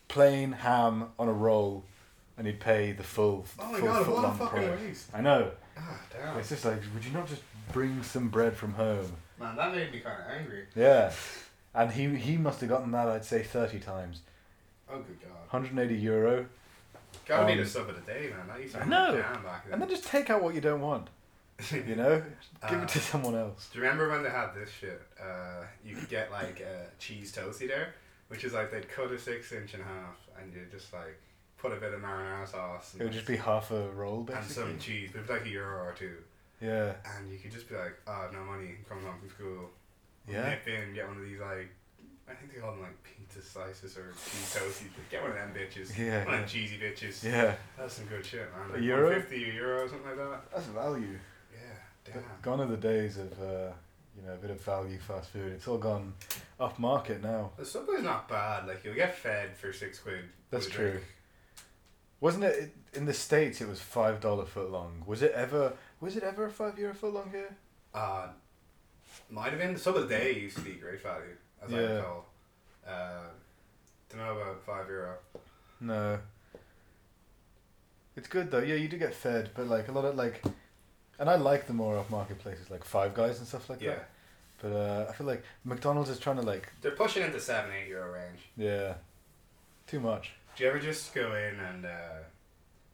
Speaker 2: plain ham on a roll, and he'd pay the full
Speaker 1: Oh my
Speaker 2: full
Speaker 1: god,
Speaker 2: foot
Speaker 1: what a
Speaker 2: long
Speaker 1: fucking
Speaker 2: price.
Speaker 1: waste!
Speaker 2: I know.
Speaker 1: Ah, damn.
Speaker 2: It's just like, would you not just bring some bread from home?
Speaker 1: Man, that made me kind of angry.
Speaker 2: Yeah. And he he must have gotten that I'd say thirty times.
Speaker 1: Oh good god.
Speaker 2: 180 euro,
Speaker 1: Gotta
Speaker 2: Um,
Speaker 1: need a sub of the day, man. That used to
Speaker 2: I
Speaker 1: be
Speaker 2: know.
Speaker 1: down back then.
Speaker 2: and then just take out what you don't want. You know, give
Speaker 1: Uh,
Speaker 2: it to someone else.
Speaker 1: Do you remember when they had this shit? Uh, you could get like a cheese toasty there, which is like they'd cut a six inch in half and you just like put a bit of marinara sauce
Speaker 2: It would
Speaker 1: and,
Speaker 2: just be half a roll,
Speaker 1: and
Speaker 2: basically.
Speaker 1: some cheese. It was like a euro or two,
Speaker 2: Yeah,
Speaker 1: and you could just be like, "Oh, I've no money. I'm coming home from school.
Speaker 2: Yeah.
Speaker 1: Nip in, get one of these like." I think they call them like pizza slices or cheese toasties. Get one of them bitches.
Speaker 2: Yeah,
Speaker 1: One of
Speaker 2: yeah.
Speaker 1: them cheesy bitches.
Speaker 2: yeah.
Speaker 1: That's some good shit, man.
Speaker 2: A
Speaker 1: Like
Speaker 2: euro?
Speaker 1: 150 euro or something like that.
Speaker 2: That's value.
Speaker 1: Yeah,
Speaker 2: But
Speaker 1: damn.
Speaker 2: Gone are the days of uh, you know a bit of value fast food. It's all gone off market now.
Speaker 1: The Subway's not bad. Like you'll get fed for six quid. with
Speaker 2: That's
Speaker 1: a
Speaker 2: true.
Speaker 1: drink.
Speaker 2: Wasn't it it- in the states? It was five dollar foot long. Was it ever? Was it ever a five euro foot long here?
Speaker 1: Uh, might have been the sub of the day used to be great value, as I
Speaker 2: Yeah.
Speaker 1: recall. Uh, don't know about five euro.
Speaker 2: No. It's good though. Yeah, you do get fed, but like a lot of like, and I like the more off market places like Five Guys and stuff like
Speaker 1: yeah,
Speaker 2: that. But uh, I feel like McDonald's is trying to like
Speaker 1: they're pushing into seven, eight euro range.
Speaker 2: yeah, too much.
Speaker 1: Do you ever just go in and uh,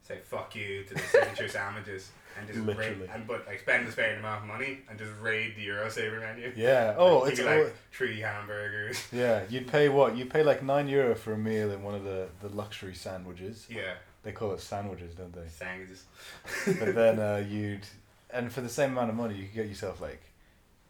Speaker 1: say fuck you to the signature sandwiches and just
Speaker 2: Literally.
Speaker 1: raid, and but like spend the spare amount of money and just raid the Euro Saver menu?
Speaker 2: Yeah. Oh,
Speaker 1: Like,
Speaker 2: it's
Speaker 1: you
Speaker 2: all-
Speaker 1: could, like three hamburgers.
Speaker 2: yeah. You'd pay what? You pay like nine euro for a meal in one of the the luxury sandwiches.
Speaker 1: yeah,
Speaker 2: They call it sandwiches, don't they?
Speaker 1: sandwiches.
Speaker 2: But then uh, you'd and for the same amount of money, you could get yourself like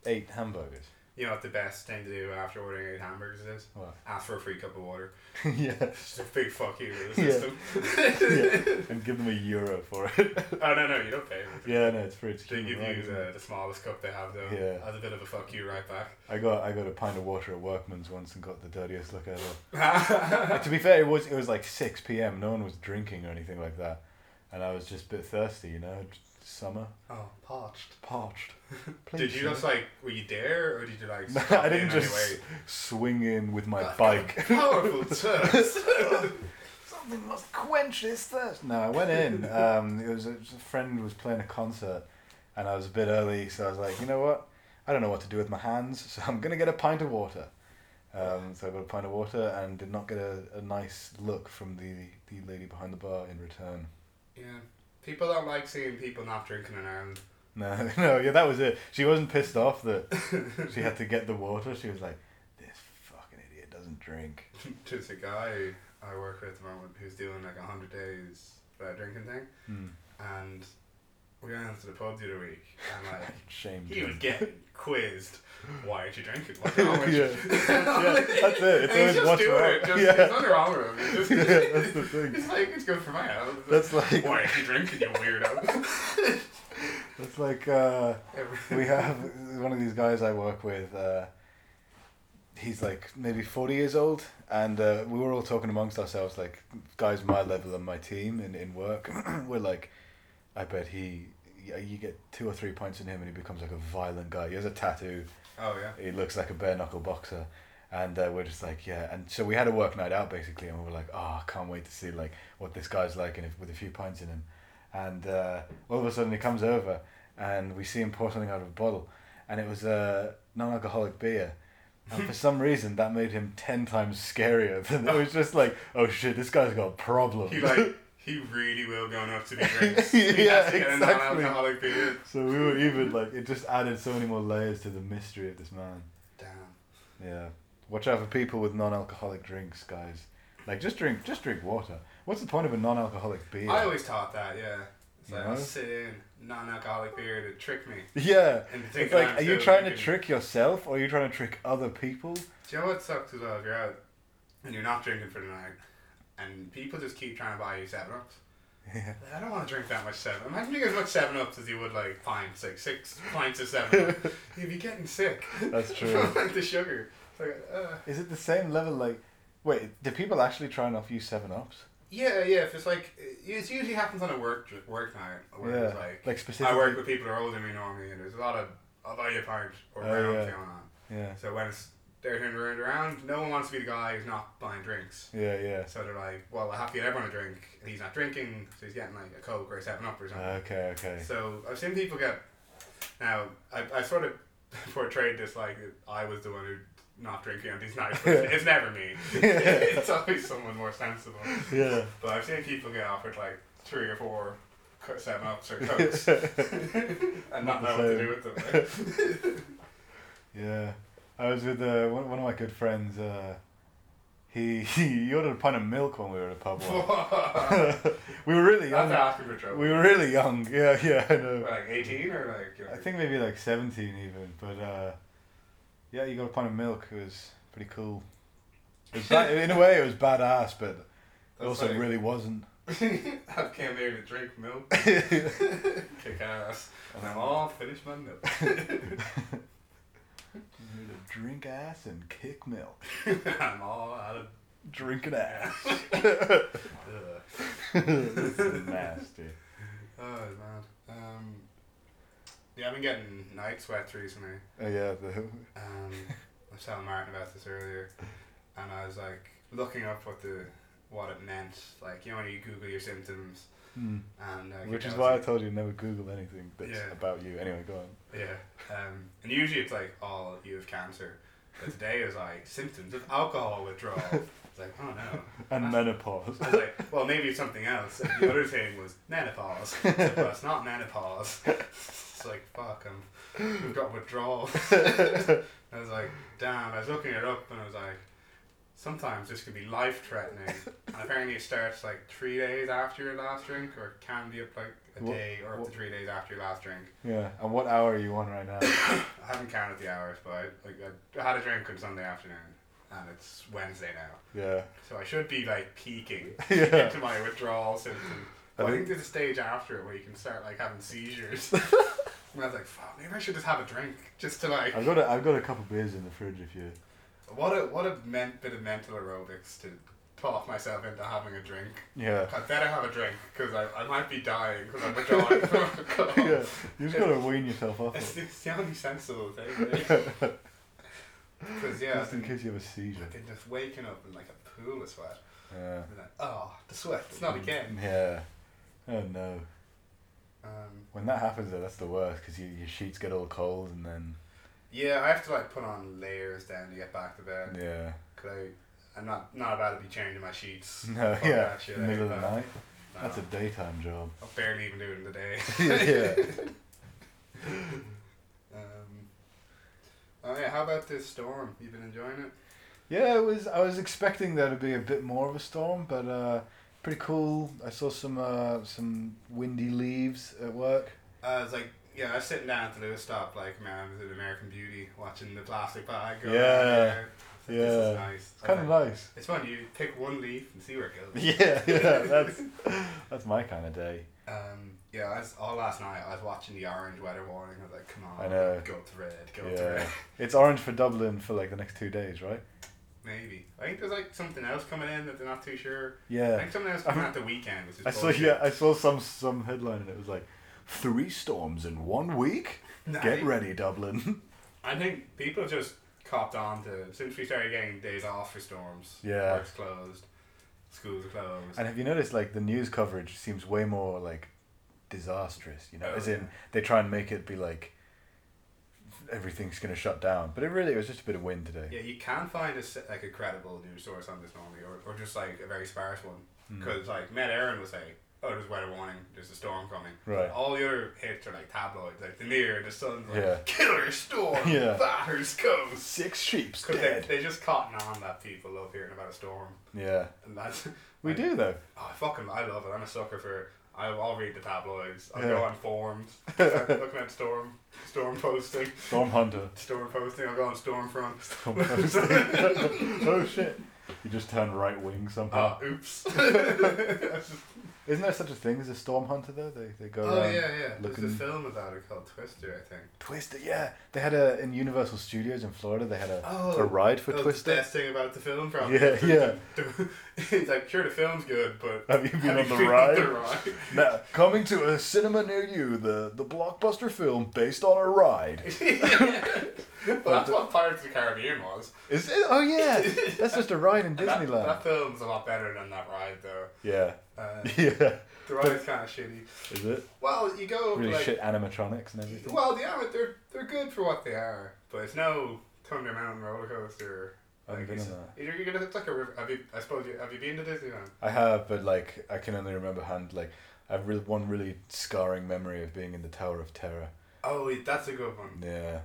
Speaker 2: eight hamburgers.
Speaker 1: You know what the best thing to do after ordering eight hamburgers is?
Speaker 2: What?
Speaker 1: Ask for a free cup of water.
Speaker 2: yeah.
Speaker 1: It's just a big fuck you to the
Speaker 2: Yeah.
Speaker 1: system.
Speaker 2: yeah. And give them a euro for it.
Speaker 1: Oh no no, you don't pay. them.
Speaker 2: yeah. No, it's free. It's
Speaker 1: They
Speaker 2: human
Speaker 1: give
Speaker 2: right,
Speaker 1: you
Speaker 2: isn't it?
Speaker 1: the, the smallest cup they have though.
Speaker 2: Yeah.
Speaker 1: As a bit of a fuck you right
Speaker 2: I got I got a pint of water at Workman's once and got the dirtiest look ever.
Speaker 1: back.
Speaker 2: to be fair, it was it was like six p.m. No one was drinking or anything like that, and I was just a bit thirsty, you know, just summer
Speaker 1: oh, parched.
Speaker 2: parched.
Speaker 1: Did you
Speaker 2: sir.
Speaker 1: just like were you there or did you like?
Speaker 2: No,
Speaker 1: stop
Speaker 2: I didn't
Speaker 1: in any
Speaker 2: just
Speaker 1: way?
Speaker 2: swing in with my
Speaker 1: Like,
Speaker 2: bike.
Speaker 1: Powerful turns.
Speaker 2: Something must quench this thirst. No, I went in. Um, it was a, it was a friend was playing a concert, and I was a bit early, so I was like, you know what? I don't know what to do with my hands, so I'm gonna get a pint of water. Um, so I got a pint of water and did not get a, a nice look from the, the lady behind the bar in return.
Speaker 1: yeah. People don't like seeing people not drinking in Ireland.
Speaker 2: No, no, yeah, that was it. She wasn't pissed off that she had to get the water. She was like, this fucking idiot doesn't drink.
Speaker 1: There's a guy I work with at the moment who's doing like a hundred days without drinking thing,
Speaker 2: Hmm.
Speaker 1: and we went out to the pub the other week, and like
Speaker 2: Shame.
Speaker 1: he was getting quizzed. Why aren't you drinking? What's
Speaker 2: yeah.
Speaker 1: wrong with you?
Speaker 2: yeah, that's it.
Speaker 1: And
Speaker 2: It's
Speaker 1: he's
Speaker 2: always
Speaker 1: just
Speaker 2: what's
Speaker 1: doing
Speaker 2: wrong.
Speaker 1: it. Just,
Speaker 2: yeah.
Speaker 1: There's nothing wrong with him. He's
Speaker 2: yeah,
Speaker 1: just-
Speaker 2: that's the thing.
Speaker 1: It's like it's good for my health.
Speaker 2: That's like
Speaker 1: Why are you drinking, you weirdo?
Speaker 2: that's like uh, we have one of these guys I work with. Uh, he's like maybe forty years old, and uh, we were all talking amongst ourselves, like guys my level and my team in in work. we're like, I bet he. yeah, You get two or three pints in him, and he becomes like a violent guy. He has a tattoo.
Speaker 1: oh yeah.
Speaker 2: He looks like a bare knuckle boxer. And uh, we're just like, yeah. And so we had a work night out basically, and we were like, oh, I can't wait to see like what this guy's like, and if, with a few pints in him. And uh, all of a sudden he comes over, and we see him pour something out of a bottle, and it was a non-alcoholic beer. And for some reason, that made him ten times scarier. Than it was just like, oh shit, this guy's got a problem.
Speaker 1: He like he really will go up to be drinks. he
Speaker 2: Yeah,
Speaker 1: has to get a
Speaker 2: exactly.
Speaker 1: non-alcoholic beer.
Speaker 2: so we were even like, it just added so many more layers to the mystery of this man.
Speaker 1: Damn.
Speaker 2: Yeah. Watch out for people with non-alcoholic drinks, guys. Like just drink, just drink water. What's the point of a non-alcoholic beer?
Speaker 1: I always thought that. Yeah. It's
Speaker 2: You
Speaker 1: like
Speaker 2: know?
Speaker 1: I'll sit in non-alcoholic beer to trick me.
Speaker 2: yeah.
Speaker 1: And think
Speaker 2: It's like,
Speaker 1: I'm
Speaker 2: are you
Speaker 1: still
Speaker 2: trying to
Speaker 1: drinking.
Speaker 2: trick yourself or are you trying to trick other people?
Speaker 1: Do you know what sucks as well? If you're out and you're not drinking for the night, and people just keep trying to buy you seven ups.
Speaker 2: Yeah.
Speaker 1: I don't want to drink that much seven. Imagine you get as much seven ups as you would like pints, like six pints of seven. You'd be getting sick.
Speaker 2: That's true.
Speaker 1: From like the sugar. Like, uh,
Speaker 2: Is it the same level? Like, wait, do people actually try and offer you seven ups?
Speaker 1: yeah, yeah. If it's like, it usually happens on a work work night where it's like,
Speaker 2: like
Speaker 1: I
Speaker 2: specifically.
Speaker 1: work with people who are older than me normally, and there's a lot of I'll buy you a pint or
Speaker 2: Oh,
Speaker 1: round
Speaker 2: yeah.
Speaker 1: going on.
Speaker 2: Yeah,
Speaker 1: So when it's they're turning around, around, no one wants to be the guy who's not buying drinks.
Speaker 2: yeah, yeah.
Speaker 1: So they're like, well, I have to get everyone a drink, and he's not drinking, so he's getting like a coke or a seven up or something.
Speaker 2: Okay, Ah, okay.
Speaker 1: So I've seen people get. Now I, I sort of portrayed this like I was the one who not drinking on these nights, but it's, it's never me. it's always someone more sensible.
Speaker 2: Yeah.
Speaker 1: But I've seen people get offered like three or four co- seven ups or cokes, and not know what to do with them.
Speaker 2: Yeah, I was with uh, one, one of my good friends. Uh, he, he ordered a pint of milk when we were at a pub. once.
Speaker 1: That's
Speaker 2: we were really young.
Speaker 1: asking for trouble.
Speaker 2: We were really young. Yeah, yeah, I know.
Speaker 1: We're like eighteen or like. you know,
Speaker 2: I think maybe like seventeen even, but uh, yeah, you got a pint of milk. It was pretty cool. It was ba- in a way, it was badass, but it
Speaker 1: that's
Speaker 2: also
Speaker 1: like-
Speaker 2: really wasn't.
Speaker 1: I came here to drink milk, kick ass, and I'm all finished my milk.
Speaker 2: Need to drink ass and kick milk.
Speaker 1: I'm all out of
Speaker 2: Drink an ass.
Speaker 1: ugh.
Speaker 2: this is nasty.
Speaker 1: Oh, it's mad. Um, yeah, I've been getting night sweats recently.
Speaker 2: Oh yeah, the,
Speaker 1: Um, I was telling Martin about this earlier, and I was like looking up what the what it meant. Like you know when you Google your symptoms,
Speaker 2: Hmm.
Speaker 1: and uh, get
Speaker 2: Which is
Speaker 1: down
Speaker 2: why I
Speaker 1: to-
Speaker 2: told you never Google anything that's
Speaker 1: Yeah.
Speaker 2: about you. Anyway, go on.
Speaker 1: yeah. Um, and usually it's like, oh, you have cancer. But today it was like symptoms of alcohol withdrawal. It's like, oh no. That's-
Speaker 2: And menopause.
Speaker 1: I was like, well, maybe it's something else. And the other thing was menopause. It's like, well, it's not menopause. It's like, fuck, I'm, I've got withdrawal. I was like, damn. I was looking it up and I was like, sometimes this could be life threatening. And apparently it starts like three days after your last drink or it can be up like a
Speaker 2: Wha-
Speaker 1: day or up
Speaker 2: wha-
Speaker 1: to three days after your last drink.
Speaker 2: yeah. And what hour are you on right now?
Speaker 1: I haven't counted the hours, but I, like, I had a drink on Sunday afternoon and it's Wednesday now.
Speaker 2: yeah.
Speaker 1: So I should be like peaking
Speaker 2: Yeah.
Speaker 1: into my withdrawal symptom.
Speaker 2: I
Speaker 1: But I
Speaker 2: think-
Speaker 1: think there's a stage after it where you can start like having seizures. and I was like, fuck, maybe I should just have a drink just to like
Speaker 2: I've got a, I've got a couple beers in the fridge if you.
Speaker 1: what a what a men- bit of mental aerobics to talk myself into having a drink.
Speaker 2: Yeah.
Speaker 1: I better have a drink because I, I might be dying because I'm withdrawing from alcohol.
Speaker 2: yeah. You just gotta wean yourself off
Speaker 1: It's,
Speaker 2: it.
Speaker 1: it's the only sensible thing. Because yeah,
Speaker 2: Just in case you have a seizure.
Speaker 1: I've been just waking up in like a pool of sweat.
Speaker 2: Yeah.
Speaker 1: And like, oh, the sweat, it's
Speaker 2: Mm.
Speaker 1: not again.
Speaker 2: Yeah. Oh no.
Speaker 1: Um,
Speaker 2: When that happens though, that's the worst because you, your sheets get all cold and then
Speaker 1: Yeah, I have to like put on layers then to get back to bed.
Speaker 2: yeah.
Speaker 1: Cause I, I'm not not about to be changing my sheets.
Speaker 2: No.
Speaker 1: Fuck
Speaker 2: Yeah.
Speaker 1: that shit, eh? I
Speaker 2: Middle of
Speaker 1: hate
Speaker 2: the
Speaker 1: that.
Speaker 2: night.
Speaker 1: No,
Speaker 2: That's a daytime job.
Speaker 1: I'll barely even do it in the day.
Speaker 2: yeah.
Speaker 1: Um, oh yeah, how about this storm? You've been enjoying it?
Speaker 2: Yeah, it was. I was expecting there to be a bit more of a storm, but uh, pretty cool. I saw some uh, some windy leaves at work.
Speaker 1: Uh, it's like yeah, I was sitting down at the Lewis stop, like man, I was in American Beauty, watching the plastic bag. Go
Speaker 2: Yeah.
Speaker 1: around, yeah. This is
Speaker 2: Yeah.
Speaker 1: nice.
Speaker 2: It's kind of nice.
Speaker 1: It's fun. You pick one leaf and see where it goes.
Speaker 2: Yeah, yeah, that's that's my kind of day.
Speaker 1: Um, yeah, I was, all last night I was watching the orange weather warning. I was like, come on,
Speaker 2: I know.
Speaker 1: go to red, go to
Speaker 2: Yeah,
Speaker 1: red.
Speaker 2: it's orange for Dublin for like the next two days, right?
Speaker 1: Maybe. I think there's like something else coming in that they're not too sure. I
Speaker 2: Yeah,
Speaker 1: think something else coming out the weekend, which is
Speaker 2: I saw.
Speaker 1: bullshit.
Speaker 2: Yeah, I saw some some headline and it was like, three storms in one week.
Speaker 1: Nah,
Speaker 2: Get
Speaker 1: I-
Speaker 2: ready, Dublin.
Speaker 1: I think people just copped on to since we started getting days off for storms.
Speaker 2: Yeah.
Speaker 1: Work's closed, schools are closed.
Speaker 2: and have you noticed like the news coverage seems way more like disastrous? You know,
Speaker 1: Oh,
Speaker 2: as
Speaker 1: yeah.
Speaker 2: in they try and make it be like everything's gonna shut down, but it really it was just a bit of wind today.
Speaker 1: yeah, you can find a s like a credible news source on this normally, or, or just like a very sparse one,
Speaker 2: Hmm.
Speaker 1: because like Matt Aaron was like, "Oh, there's weather warning, there's a storm coming."
Speaker 2: Right.
Speaker 1: All the other hits are like tabloids, like the Mirror, the Sun's like
Speaker 2: Yeah.
Speaker 1: killer storm,
Speaker 2: Yeah.
Speaker 1: batters coast.
Speaker 2: Six sheep's
Speaker 1: Because they,
Speaker 2: dead.
Speaker 1: they just cotton on that people love hearing about a storm.
Speaker 2: Yeah,
Speaker 1: And that's,
Speaker 2: we do though.
Speaker 1: Oh, I fucking I love it. I'm a sucker for I'll, I'll read the tabloids. I'll
Speaker 2: Yeah.
Speaker 1: go on forums. start looking at storm storm posting.
Speaker 2: Storm hunter.
Speaker 1: Storm posting. I'll go on Stormfront.
Speaker 2: oh shit! You just turn right wing somehow.
Speaker 1: Ah, oops. I just
Speaker 2: Isn't there such a thing as a storm hunter though? They they go
Speaker 1: Oh
Speaker 2: around
Speaker 1: yeah, yeah.
Speaker 2: looking
Speaker 1: There's a film about it called Twister, I think.
Speaker 2: Twister. Yeah, they had a in Universal Studios in Florida. They had a,
Speaker 1: Oh,
Speaker 2: a ride for
Speaker 1: That was
Speaker 2: Twister.
Speaker 1: the best thing about the film, probably.
Speaker 2: Yeah, yeah.
Speaker 1: it's like sure, the film's good, but
Speaker 2: Have you been on the ride? Now, coming to a cinema near you, the the blockbuster film based on a ride.
Speaker 1: well, that's what Pirates of the Caribbean was.
Speaker 2: Is it? Oh yeah, that's just a ride in
Speaker 1: That,
Speaker 2: Disneyland.
Speaker 1: that film's a lot better than that ride, though.
Speaker 2: Yeah,
Speaker 1: Uh,
Speaker 2: yeah.
Speaker 1: the ride's kind of shitty.
Speaker 2: Is it
Speaker 1: Well, you go
Speaker 2: really
Speaker 1: like,
Speaker 2: shit animatronics and everything?
Speaker 1: well, yeah, but they're they're good for what they are, but it's no Thunder Mountain roller coaster.
Speaker 2: I haven't
Speaker 1: Like,
Speaker 2: been
Speaker 1: it's,
Speaker 2: on that.
Speaker 1: either you're gonna it's like a river. Have you? I suppose you have you been to Disneyland?
Speaker 2: I have, but like I can only remember hand like I have real one really scarring memory of being in the Tower of Terror.
Speaker 1: Oh, that's a good one.
Speaker 2: Yeah.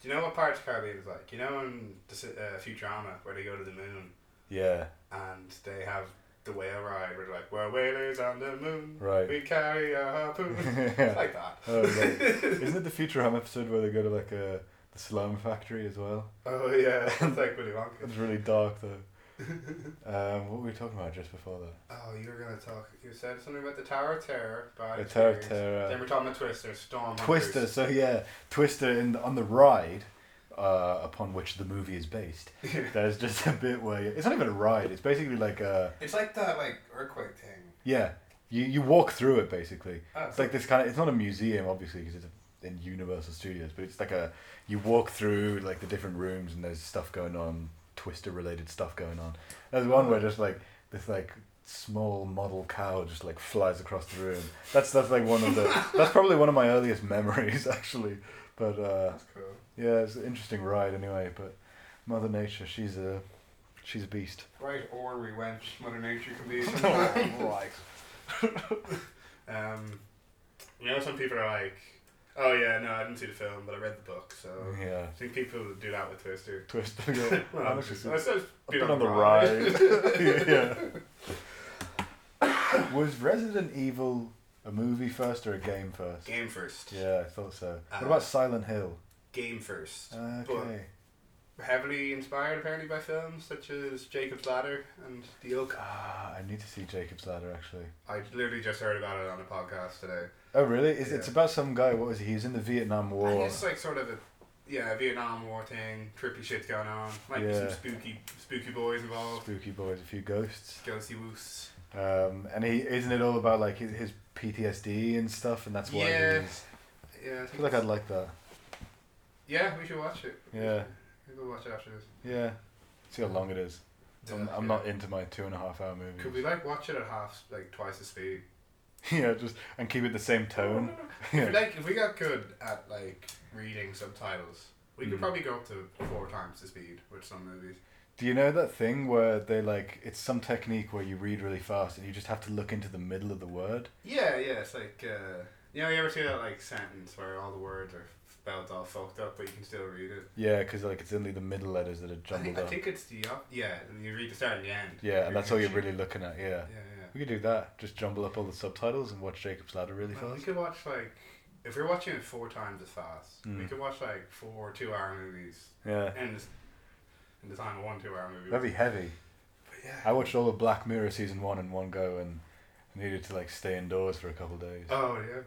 Speaker 1: Do you know what Pirates of the Caribbean is like? You know in the s- uh, Futurama where they go to the moon
Speaker 2: Yeah.
Speaker 1: and they have the whale ride where they're like, we're whalers on the moon.
Speaker 2: Right.
Speaker 1: We carry a harpoon. It's like that.
Speaker 2: Oh, right. Isn't it the Futurama episode where they go to like a the slum factory as well?
Speaker 1: oh, yeah. It's like Willy Wonka.
Speaker 2: It's really dark though. Um, what were we talking about just before that?
Speaker 1: Oh, you were going to talk. You said something about the Tower of Terror. Bad
Speaker 2: The Tower of
Speaker 1: experience.
Speaker 2: Terror.
Speaker 1: Then we're talking about Twister, Storm.
Speaker 2: Twister. So yeah, Twister in the, on the ride, uh, upon which the movie is based. There's just a bit where it's not even a ride. It's basically like a
Speaker 1: It's like that like earthquake thing.
Speaker 2: yeah. You you walk through it basically.
Speaker 1: Oh,
Speaker 2: It's like this kind of. It's not a museum obviously because it's in Universal Studios, but it's like a you walk through like the different rooms and there's stuff going on, Twister related stuff going on. There's one where just like this like small model cow just like flies across the room. That's that's like one of the that's probably one of my earliest memories actually. But uh,
Speaker 1: that's cool.
Speaker 2: yeah, it's an interesting ride anyway. But Mother Nature, she's a she's a beast.
Speaker 1: Right ornery wench, Mother Nature can be.
Speaker 2: right.
Speaker 1: Um, you know, some people are like, "Oh yeah, no, I didn't see the film, but I read the book." So
Speaker 2: Yeah.
Speaker 1: I think people do that with Twister.
Speaker 2: Twister. yeah.
Speaker 1: Well,
Speaker 2: I'm
Speaker 1: I'm
Speaker 2: just-
Speaker 1: just, I said,
Speaker 2: I've
Speaker 1: been
Speaker 2: been on the ride. yeah. Was Resident Evil a movie first or a game first?
Speaker 1: Game first.
Speaker 2: Yeah, I thought so. What
Speaker 1: Uh,
Speaker 2: about Silent Hill?
Speaker 1: Game first.
Speaker 2: Okay.
Speaker 1: Heavily inspired apparently by films such as Jacob's Ladder and The Oak.
Speaker 2: Ah, I need to see Jacob's Ladder actually.
Speaker 1: I literally just heard about it on a podcast today.
Speaker 2: Oh really? Is it's
Speaker 1: Yeah.
Speaker 2: about some guy? What was he? He was in the Vietnam
Speaker 1: I think
Speaker 2: War.
Speaker 1: it's like sort of a yeah Vietnam War thing, trippy shit going on. Might be
Speaker 2: Yeah.
Speaker 1: some spooky spooky boys involved.
Speaker 2: Spooky boys, a few ghosts.
Speaker 1: Ghosty woos.
Speaker 2: Um, and he isn't it all about like his, his PTSD and stuff, and that's why.
Speaker 1: Yeah.
Speaker 2: He's,
Speaker 1: Yeah, I
Speaker 2: I
Speaker 1: think
Speaker 2: feel like I'd like that.
Speaker 1: yeah, we should watch it.
Speaker 2: Yeah.
Speaker 1: Maybe we'll watch it after this.
Speaker 2: Yeah. See how long it is. I'm,
Speaker 1: Yeah.
Speaker 2: I'm not into my two and a half hour movies.
Speaker 1: Could we like watch it at half, like twice the speed?
Speaker 2: yeah, just and keep it the same tone.
Speaker 1: If,
Speaker 2: yeah.
Speaker 1: like if we got good at like reading subtitles, we could
Speaker 2: Mm.
Speaker 1: probably go up to four times the speed with some movies.
Speaker 2: Do you know that thing where they like it's some technique where you read really fast and you just have to look into the middle of the word?
Speaker 1: Yeah, yeah. It's like uh, you know, you ever see that like sentence where all the words are spelled all fucked up, but you can still read it.
Speaker 2: Yeah, because like it's only the middle letters that are
Speaker 1: I
Speaker 2: jumbled
Speaker 1: think, I
Speaker 2: up.
Speaker 1: think it's the op- yeah. and You read the start and the end.
Speaker 2: yeah, and that's all you're
Speaker 1: reading
Speaker 2: really looking at. Yeah.
Speaker 1: shit. Yeah, yeah.
Speaker 2: We could do that. Just jumble up all the subtitles and watch Jacob's Ladder really
Speaker 1: Well, we
Speaker 2: fast.
Speaker 1: could watch like if we're watching it four times as fast, we
Speaker 2: Mm.
Speaker 1: could watch like four two-hour movies
Speaker 2: Yeah.
Speaker 1: and in the time of one two-hour movie.
Speaker 2: That'd be heavy.
Speaker 1: But yeah.
Speaker 2: I watched all of Black Mirror season one in one go and needed to like stay indoors for a couple days.
Speaker 1: Oh yeah.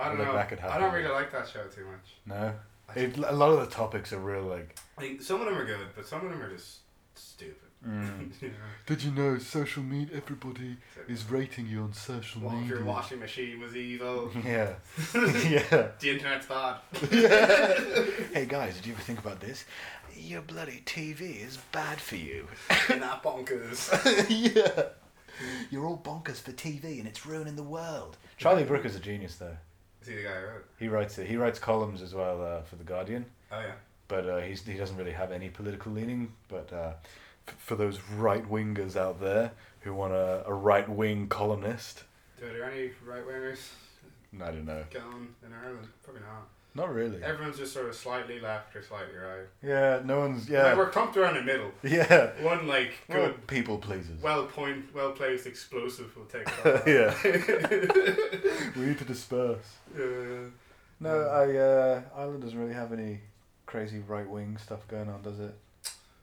Speaker 1: I don't
Speaker 2: Like,
Speaker 1: know.
Speaker 2: that could
Speaker 1: I don't
Speaker 2: happen.
Speaker 1: really like that show too much.
Speaker 2: No,
Speaker 1: I
Speaker 2: it, a lot of the topics are real like.
Speaker 1: Like some of them are good, but some of them are just stupid. You know?
Speaker 2: mm, Did you know social media? Everybody
Speaker 1: It's like,
Speaker 2: is rating you on social
Speaker 1: "Well,
Speaker 2: media.
Speaker 1: your washing machine was evil.
Speaker 2: Yeah, yeah.
Speaker 1: the internet's bad.
Speaker 2: hey guys, did you ever think about this? Your bloody TV is bad for you.
Speaker 1: You're not bonkers.
Speaker 2: yeah. You're all bonkers for TV and it's ruining the world. Charlie Brooker's a genius though.
Speaker 1: See the guy who wrote. it?
Speaker 2: He writes it. He writes columns as well uh, for the Guardian,
Speaker 1: Oh yeah.
Speaker 2: but uh, he's, he doesn't really have any political leaning. But uh, f- for those right wingers out there who want a, a right wing columnist,
Speaker 1: Do- Are there any right wingers
Speaker 2: I don't know.
Speaker 1: going in Ireland? Probably not.
Speaker 2: Not really.
Speaker 1: Everyone's just sort of slightly left or slightly right.
Speaker 2: Yeah, no one's.
Speaker 1: Like,
Speaker 2: Yeah,
Speaker 1: we're clumped around the middle.
Speaker 2: yeah.
Speaker 1: One like
Speaker 2: Well,
Speaker 1: good,
Speaker 2: people pleasers.
Speaker 1: well point, well placed explosive will take. that.
Speaker 2: yeah. we need to disperse.
Speaker 1: Yeah. Hmm.
Speaker 2: No, I uh, Ireland doesn't really have any crazy right wing stuff going on, does it?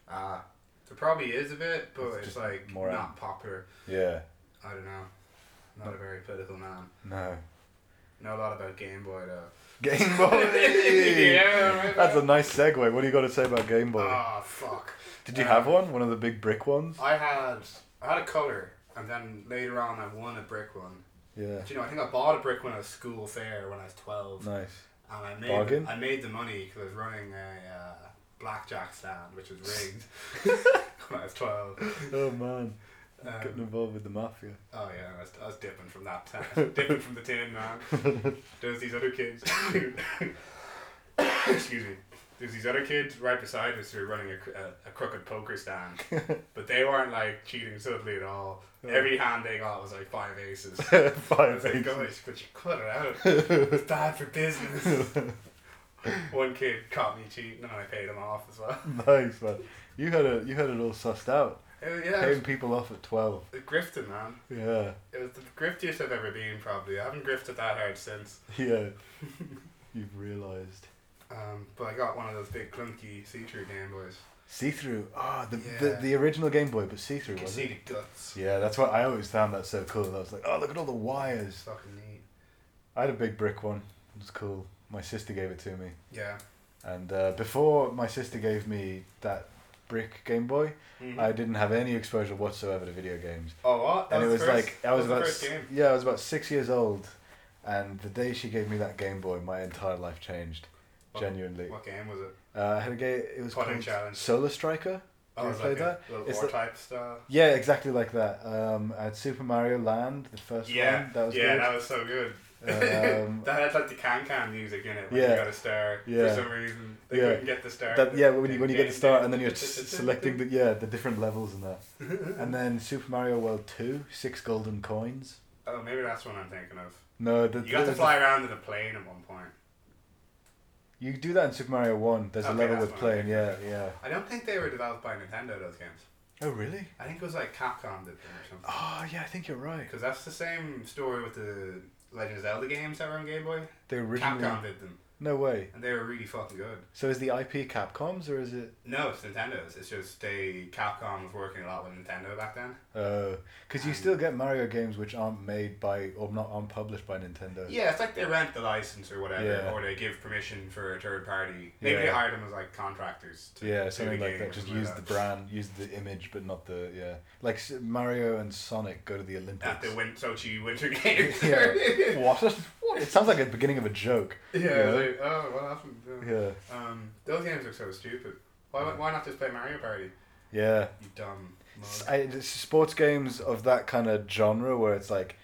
Speaker 1: Ah, there probably is a bit, but
Speaker 2: It's
Speaker 1: it's,
Speaker 2: just
Speaker 1: like
Speaker 2: more
Speaker 1: not
Speaker 2: out-
Speaker 1: popular.
Speaker 2: Yeah,
Speaker 1: I don't know. Not a very political man.
Speaker 2: No.
Speaker 1: Know a lot about Game Boy though.
Speaker 2: Game Boy.
Speaker 1: yeah, right
Speaker 2: That's
Speaker 1: there.
Speaker 2: a nice segue. What do you got to say about Game Boy?
Speaker 1: Oh fuck!
Speaker 2: Did you
Speaker 1: uh,
Speaker 2: have one? One of the big brick ones?
Speaker 1: I had I had a color, and then later on I won a brick one.
Speaker 2: Yeah.
Speaker 1: Do you know? I think I bought a brick one at a school fair when I was twelve,
Speaker 2: Nice.
Speaker 1: and I made
Speaker 2: Bargain?
Speaker 1: I made the money because I was running a uh, blackjack stand, which was rigged when I was twelve.
Speaker 2: Oh man, getting
Speaker 1: Um,
Speaker 2: involved with the mafia.
Speaker 1: oh yeah, I was, I was dipping from that tent, dipping from the tin man. There's these other kids. Excuse me. There's these other kids right beside us who are running a, cr- a, a crooked poker stand, but they weren't like cheating subtly at all. Every hand they got was like five aces. I
Speaker 2: Five
Speaker 1: was like,
Speaker 2: things.
Speaker 1: gosh, but you cut it out. It's bad for business. One kid caught me cheating, and I paid him off as well.
Speaker 2: Nice man. You had it. You had it all sussed out.
Speaker 1: Uh, yeah,
Speaker 2: Paying
Speaker 1: it
Speaker 2: people off at twelve.
Speaker 1: was grifting, man.
Speaker 2: Yeah.
Speaker 1: It was the griftiest I've ever been, probably. I haven't grifted that hard since.
Speaker 2: Yeah. You've realised.
Speaker 1: Um, but I got one of those big clunky see-through Game Boys.
Speaker 2: See through. Ah, the,
Speaker 1: Yeah.
Speaker 2: the the original Game Boy, but see
Speaker 1: You
Speaker 2: through
Speaker 1: can
Speaker 2: was
Speaker 1: see
Speaker 2: it?
Speaker 1: the guts.
Speaker 2: Yeah, that's what I always found that so cool. I was like, oh, look at all the
Speaker 1: It's
Speaker 2: wires.
Speaker 1: fucking neat.
Speaker 2: I had a big brick one. It was cool. My sister gave it to me.
Speaker 1: Yeah.
Speaker 2: And uh, before my sister gave me that brick Game Boy,
Speaker 1: Mhm.
Speaker 2: I didn't have any exposure whatsoever to video games.
Speaker 1: oh, what? That
Speaker 2: and it was
Speaker 1: the first,
Speaker 2: like I was,
Speaker 1: that the
Speaker 2: about
Speaker 1: first
Speaker 2: s-
Speaker 1: game.
Speaker 2: yeah, I was about six years old, and the day she gave me that Game Boy, my entire life changed.
Speaker 1: What-
Speaker 2: Genuinely,
Speaker 1: What game was it?
Speaker 2: uh, I had a game. It was
Speaker 1: Pudding
Speaker 2: called
Speaker 1: Challenge.
Speaker 2: Solar Striker.
Speaker 1: Oh,
Speaker 2: you
Speaker 1: it was
Speaker 2: play
Speaker 1: like a
Speaker 2: that?
Speaker 1: little
Speaker 2: It's
Speaker 1: war
Speaker 2: the-
Speaker 1: type stuff.
Speaker 2: Yeah, exactly like that. Um, I had Super Mario Land, the first
Speaker 1: Yeah,
Speaker 2: one. That was
Speaker 1: yeah,
Speaker 2: good.
Speaker 1: that was so good.
Speaker 2: Um,
Speaker 1: that had like the can can music in it. When you
Speaker 2: Yeah.
Speaker 1: got a star
Speaker 2: Yeah.
Speaker 1: for some reason. They
Speaker 2: Yeah.
Speaker 1: couldn't get the star.
Speaker 2: That, yeah, when you, when you get to start and then you're s- selecting the yeah the different levels and that, and then Super Mario World Two, six golden coins.
Speaker 1: Oh, maybe that's what I'm thinking of.
Speaker 2: No, the,
Speaker 1: You got to
Speaker 2: there's a-
Speaker 1: fly around in a plane at one point.
Speaker 2: you do that in Super Mario One. There's
Speaker 1: Okay,
Speaker 2: a level
Speaker 1: that's
Speaker 2: with
Speaker 1: what I'm
Speaker 2: playing. Yeah, yeah.
Speaker 1: I don't think they were developed by Nintendo. Those games.
Speaker 2: Oh really?
Speaker 1: I think it was like Capcom did them or something.
Speaker 2: Oh yeah, I think you're right.
Speaker 1: Because that's the same story with the Legend of Zelda games that were on Game Boy.
Speaker 2: They originally
Speaker 1: Capcom did them,
Speaker 2: no way.
Speaker 1: and they were really fucking good.
Speaker 2: So is the IP Capcom's or is it?
Speaker 1: No, it's Nintendo's. It's just they Capcom was working a lot with Nintendo back then.
Speaker 2: Because uh, you
Speaker 1: Um,
Speaker 2: still get Mario games which aren't made by or not aren't published by Nintendo.
Speaker 1: Yeah, it's like they rent the license or whatever,
Speaker 2: Yeah.
Speaker 1: or they give permission for a third party. Maybe they
Speaker 2: Yeah.
Speaker 1: hire them as like contractors. To
Speaker 2: Yeah,
Speaker 1: do
Speaker 2: something
Speaker 1: the
Speaker 2: like
Speaker 1: game
Speaker 2: that.
Speaker 1: or
Speaker 2: Just
Speaker 1: something
Speaker 2: use
Speaker 1: like
Speaker 2: the
Speaker 1: that.
Speaker 2: brand, use the image, but not the yeah. Like S- Mario and Sonic go to the Olympics.
Speaker 1: At the win- Sochi Winter Games.
Speaker 2: Yeah.
Speaker 1: yeah,
Speaker 2: what? What? It sounds like the beginning of a joke. Yeah.
Speaker 1: like, oh, what happened? Yeah.
Speaker 2: Yeah.
Speaker 1: Um, those games are so stupid. Why, why not just play Mario Party?
Speaker 2: Yeah.
Speaker 1: You dumb. mug.
Speaker 2: S- I, it's sports games of that kind of genre where it's like,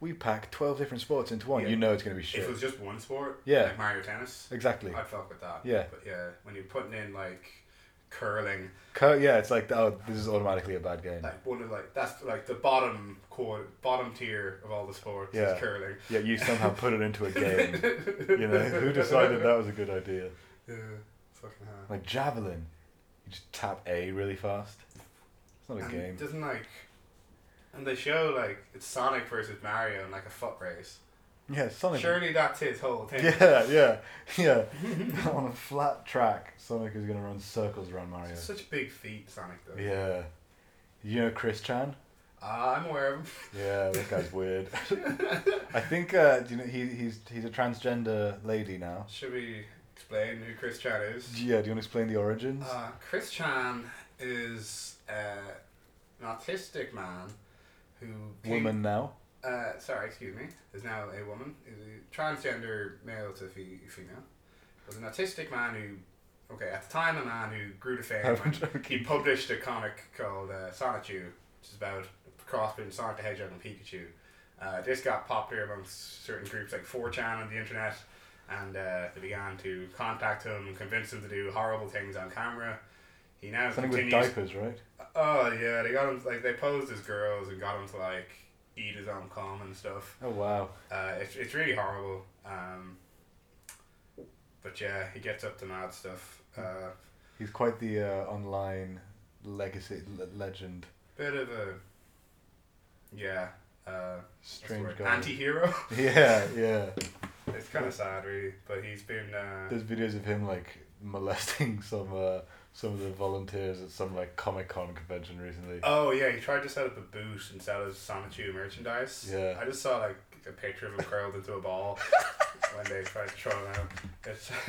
Speaker 2: we pack 12 different sports into one.
Speaker 1: Yeah.
Speaker 2: You know it's going to be
Speaker 1: If
Speaker 2: shit.
Speaker 1: it was just one sport,
Speaker 2: Yeah.
Speaker 1: like Mario Tennis,
Speaker 2: exactly.
Speaker 1: I'd fuck with that.
Speaker 2: Yeah.
Speaker 1: But yeah, when you're putting in like curling,
Speaker 2: Co- yeah, it's like, oh, this is automatically a bad game.
Speaker 1: like one of like that's like the bottom quarter, bottom tier of all the sports
Speaker 2: Yeah.
Speaker 1: is curling.
Speaker 2: Yet you somehow put it into a game. You know, who decided that was a good idea?
Speaker 1: Yeah, fucking hell.
Speaker 2: Like javelin, you just tap A really fast. It's not a
Speaker 1: And
Speaker 2: game.
Speaker 1: Doesn't like, and they show like it's Sonic versus Mario in like a foot race.
Speaker 2: Yeah, Sonic.
Speaker 1: Surely that's his whole thing.
Speaker 2: Yeah, yeah, yeah. On a flat track, Sonic is going to run circles around Mario.
Speaker 1: It's such a big feat, Sonic though.
Speaker 2: Yeah. You know Chris Chan?
Speaker 1: Ah, I'm aware of him.
Speaker 2: Yeah, that guy's weird. I think uh, do you know he, he's he's a transgender lady now.
Speaker 1: Should we explain who Chris Chan is?
Speaker 2: Yeah, do you want to explain the origins?
Speaker 1: Uh, Chris Chan is uh, an autistic man who came-
Speaker 2: Woman now.
Speaker 1: Uh, sorry, excuse me. Is now a woman. Is a transgender male to fe- female. Was an autistic man who, okay, at the time a man who grew to fame.
Speaker 2: I'm
Speaker 1: and
Speaker 2: joking.
Speaker 1: he published a comic called uh, Sonichu, which is about a cross between Sonic the Hedgehog and Pikachu. Uh, this got popular amongst certain groups like 4chan on the internet, and uh, they began to contact him and convince him to do horrible things on camera. He now
Speaker 2: Something with
Speaker 1: continues.
Speaker 2: diapers, right?
Speaker 1: oh yeah, they got him like they posed as girls and got him to like eat his own cum and stuff.
Speaker 2: Oh wow.
Speaker 1: Uh, it's it's really horrible. Um, but yeah, he gets up to mad stuff. Uh,
Speaker 2: He's quite the uh, online legacy le- legend.
Speaker 1: bit of a yeah uh
Speaker 2: Strange guy.
Speaker 1: anti hero.
Speaker 2: yeah, yeah.
Speaker 1: it's kind of sad, really. But he's been uh,
Speaker 2: There's videos of him like molesting some uh, some of the volunteers at some like Comic Con convention recently.
Speaker 1: Oh yeah, he tried to set up a booth and sell his Sonichu merchandise.
Speaker 2: Yeah.
Speaker 1: I just saw like a picture of him curled into a ball when they tried to throw him out. It's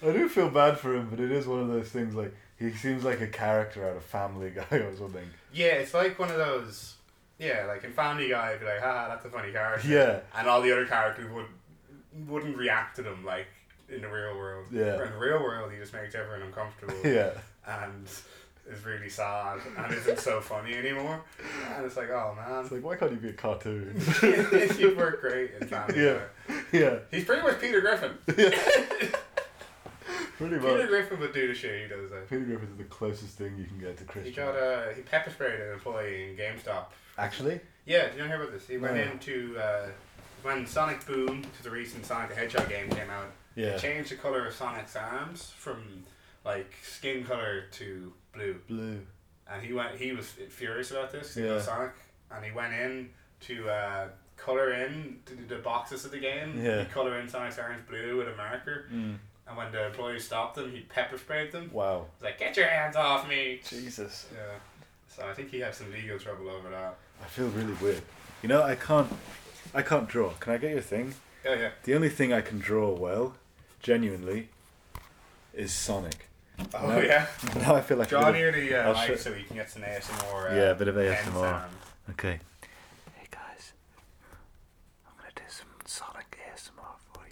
Speaker 2: I do feel bad for him, but it is one of those things like he seems like a character out of Family Guy or something.
Speaker 1: yeah, it's like one of those. Yeah, like in Family Guy, I'd be like, "Ha, that's a funny character,"
Speaker 2: Yeah,
Speaker 1: and all the other characters would wouldn't react to them like in the real world.
Speaker 2: Yeah.
Speaker 1: Where In the real world, he just makes everyone uncomfortable.
Speaker 2: yeah.
Speaker 1: and is really sad and isn't so funny anymore. And it's like, oh
Speaker 2: It's
Speaker 1: man,
Speaker 2: like why can't he be a cartoon?
Speaker 1: you were great in Family
Speaker 2: Yeah.
Speaker 1: Guy.
Speaker 2: yeah,
Speaker 1: He's pretty much Peter Griffin.
Speaker 2: pretty
Speaker 1: Peter
Speaker 2: much.
Speaker 1: Griffin would do the shit he does. Though.
Speaker 2: Peter Griffith is the closest thing you can get to
Speaker 1: He
Speaker 2: Christian.
Speaker 1: got a he pepper sprayed an employee in GameStop.
Speaker 2: Actually,
Speaker 1: Yeah, did you not hear about this? He went
Speaker 2: No.
Speaker 1: into uh, when Sonic Boom, to the recent Sonic the Hedgehog game came out. they
Speaker 2: yeah,
Speaker 1: changed the color of Sonic's arms from like skin color to blue.
Speaker 2: blue.
Speaker 1: and he went. He was furious about this. He
Speaker 2: Yeah.
Speaker 1: was Sonic, and he went in to uh, color in to the boxes of the game.
Speaker 2: Yeah.
Speaker 1: He color in Sonic's orange blue with a marker,
Speaker 2: Mm.
Speaker 1: and when the employees stopped him, he pepper sprayed them.
Speaker 2: Wow,
Speaker 1: He's like, "Get your hands off me!"
Speaker 2: Jesus.
Speaker 1: Yeah. So I think he had some legal trouble over that.
Speaker 2: I feel really weird. You know, I can't, I can't draw. Can I get your thing?
Speaker 1: Yeah, yeah.
Speaker 2: The only thing I can draw well, genuinely, is Sonic.
Speaker 1: Oh
Speaker 2: No.
Speaker 1: yeah.
Speaker 2: Now I feel like. a
Speaker 1: Draw
Speaker 2: bit of-
Speaker 1: near the uh,
Speaker 2: I'll
Speaker 1: mic
Speaker 2: show-
Speaker 1: so we can get some ASMR. Uh,
Speaker 2: Yeah, a bit of
Speaker 1: pen
Speaker 2: ASMR.
Speaker 1: sound.
Speaker 2: Okay. Hey guys, I'm gonna do some Sonic ASMR for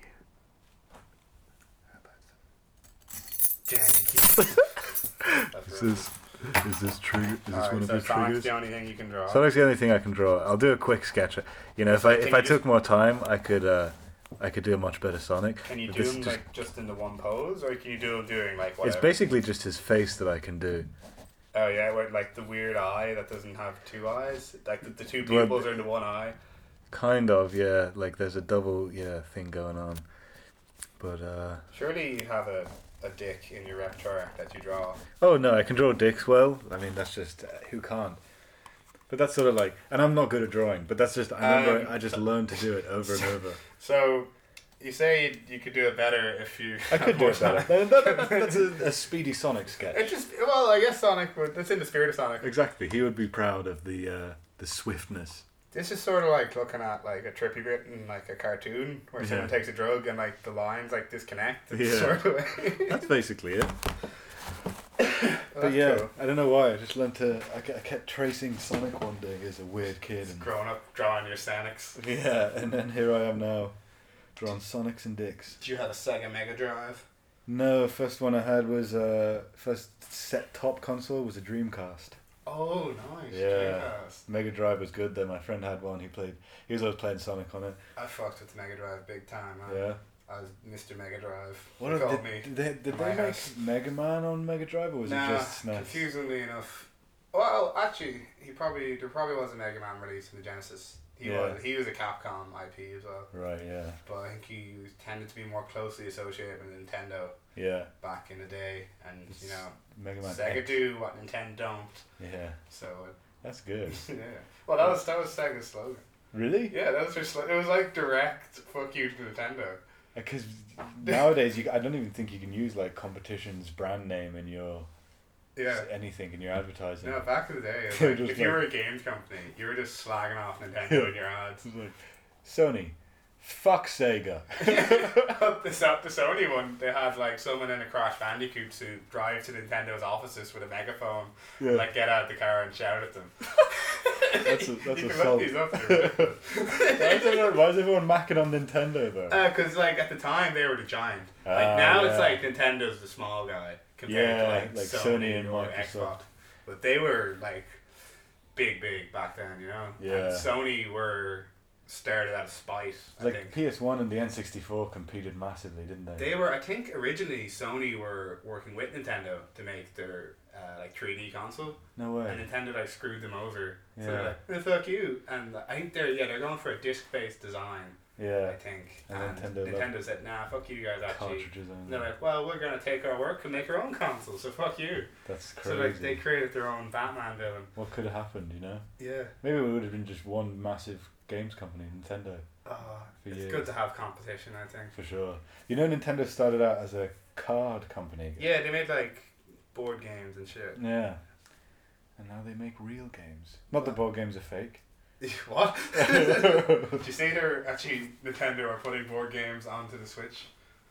Speaker 2: you.
Speaker 1: Dang, yeah. That's
Speaker 2: Is
Speaker 1: right.
Speaker 2: this is this trigger? Is this
Speaker 1: Alright,
Speaker 2: one of
Speaker 1: so
Speaker 2: your
Speaker 1: Sonic's
Speaker 2: triggers?
Speaker 1: the only thing you can draw.
Speaker 2: Sonic's the only thing I can draw. I'll do a quick sketch. You know, if I
Speaker 1: Can
Speaker 2: if
Speaker 1: you
Speaker 2: I
Speaker 1: just-
Speaker 2: took more time, I could uh, I could do a much better Sonic.
Speaker 1: Can you
Speaker 2: But
Speaker 1: do
Speaker 2: this
Speaker 1: them
Speaker 2: just-
Speaker 1: like just in the one pose, or can you do them doing like
Speaker 2: It's
Speaker 1: whatever?
Speaker 2: basically just his face that I can do.
Speaker 1: oh yeah, where, like the weird eye that doesn't have two eyes, like the, the two
Speaker 2: Well,
Speaker 1: pupils are into one eye.
Speaker 2: Kind of, yeah. Like there's a double, yeah, thing going on. But uh,
Speaker 1: Surely you have a, a dick in your repertoire that you draw.
Speaker 2: oh no, I can draw dicks well. I mean, that's just uh, who can't. But that's sort of like, and I'm not good at drawing. But that's just I remember
Speaker 1: Um,
Speaker 2: I just learned to do it over and over.
Speaker 1: So you say you- you could do it better if you.
Speaker 2: I could do it better. That- that- that's a, a speedy Sonic
Speaker 1: It
Speaker 2: sketch.
Speaker 1: just well, I guess Sonic would. That's in the spirit of Sonic.
Speaker 2: Exactly, he would be proud of the uh, the swiftness.
Speaker 1: This is sort of like looking at like a trippy bit in like a cartoon where someone
Speaker 2: Yeah.
Speaker 1: takes a drug and like the lines like disconnect. It's
Speaker 2: Yeah.
Speaker 1: Sort of
Speaker 2: That's basically it. But
Speaker 1: That's
Speaker 2: yeah,
Speaker 1: cool.
Speaker 2: I don't know why. I just learned to. I, ke- I kept tracing Sonic one day as a weird kid. And,
Speaker 1: Growing up, drawing your Sonics.
Speaker 2: yeah, and then here I am now, drawing Sonics and dicks.
Speaker 1: Did you have a Sega Mega Drive?
Speaker 2: No, first one I had was uh, first set top console was a Dreamcast.
Speaker 1: Oh, nice.
Speaker 2: Yeah.
Speaker 1: Yes.
Speaker 2: Mega Drive was good though. My friend had one. He played. He was always playing Sonic on it.
Speaker 1: I fucked with Mega Drive big time. Man.
Speaker 2: Yeah.
Speaker 1: I was Mr. Mega Drive.
Speaker 2: What
Speaker 1: they
Speaker 2: a-
Speaker 1: called
Speaker 2: did,
Speaker 1: Uh, me.
Speaker 2: did they, did
Speaker 1: My
Speaker 2: they make
Speaker 1: house.
Speaker 2: Mega Man on Mega Drive or was
Speaker 1: nah,
Speaker 2: it just SNES?
Speaker 1: confusingly enough. Well, actually, he probably there probably was a Mega Man release in the Genesis. He
Speaker 2: Yeah.
Speaker 1: was he was a Capcom IP as well,
Speaker 2: Right. Yeah.
Speaker 1: but I think he was, tended to be more closely associated with Nintendo
Speaker 2: Yeah.
Speaker 1: back in the day, and you know
Speaker 2: Mega Man.
Speaker 1: Sega
Speaker 2: X.
Speaker 1: do what Nintendo don't.
Speaker 2: Yeah.
Speaker 1: So uh,
Speaker 2: That's good.
Speaker 1: yeah, well that was that was Sega's slogan.
Speaker 2: Really?
Speaker 1: Yeah, that was their slo- it was like direct fuck you to Nintendo.
Speaker 2: Because Uh, nowadays, you, I don't even think you can use like competition's brand name in your
Speaker 1: Yeah.
Speaker 2: anything in your advertising.
Speaker 1: No, back in the day, it
Speaker 2: They're
Speaker 1: was like,
Speaker 2: just
Speaker 1: if you
Speaker 2: like-
Speaker 1: were a games company, you were just slagging off Nintendo
Speaker 2: Yeah.
Speaker 1: in your ads.
Speaker 2: It's like, Sony, fuck Sega.
Speaker 1: the, So- the Sony one, they had like someone in a Crash Bandicoot suit drive to Nintendo's offices with a megaphone,
Speaker 2: Yeah.
Speaker 1: like get out of the car and shout at them.
Speaker 2: That's a, that's
Speaker 1: you can
Speaker 2: a
Speaker 1: look
Speaker 2: salt.
Speaker 1: these
Speaker 2: why,
Speaker 1: up. Because
Speaker 2: is everyone, why is everyone macking on Nintendo though?
Speaker 1: uh, 'cause like at the time they were the giant. Like
Speaker 2: Ah,
Speaker 1: now it's
Speaker 2: yeah.
Speaker 1: like Nintendo's the small guy compared
Speaker 2: Yeah,
Speaker 1: to like,
Speaker 2: like
Speaker 1: Sony,
Speaker 2: Sony and
Speaker 1: or
Speaker 2: Microsoft.
Speaker 1: Xbox. But they were like big, big back then, you know.
Speaker 2: Yeah.
Speaker 1: And Sony were started out of spite. I
Speaker 2: like
Speaker 1: think.
Speaker 2: PS1 and the N64 competed massively, didn't they?
Speaker 1: They were, I think, originally Sony were working with Nintendo to make their uh, like 3D console,
Speaker 2: no way.
Speaker 1: and Nintendo like screwed them over. So
Speaker 2: Yeah.
Speaker 1: they're like, "Eh, "Fuck you!" And I think they're yeah they're going for a disc-based design. I
Speaker 2: yeah.
Speaker 1: think.
Speaker 2: And Nintendo
Speaker 1: Nintendo,
Speaker 2: love-
Speaker 1: said, "Nah, fuck you guys." Actually,
Speaker 2: Cartridges
Speaker 1: And
Speaker 2: only.
Speaker 1: they're like, "Well, we're gonna take our work and make our own console, so fuck you."
Speaker 2: that's
Speaker 1: So like
Speaker 2: crazy.
Speaker 1: they created their own Batman villain.
Speaker 2: what could have happened? You know,
Speaker 1: Yeah.
Speaker 2: maybe it would have been just one massive games company, Nintendo.
Speaker 1: Oh,
Speaker 2: For
Speaker 1: it's
Speaker 2: years.
Speaker 1: good to have competition. I think.
Speaker 2: For sure. You know, Nintendo started out as a card company.
Speaker 1: Yeah, they made like board games and shit.
Speaker 2: Yeah. And now they make real games. Not the board games are fake.
Speaker 1: what? Did you see they're actually Nintendo are putting board games onto the Switch,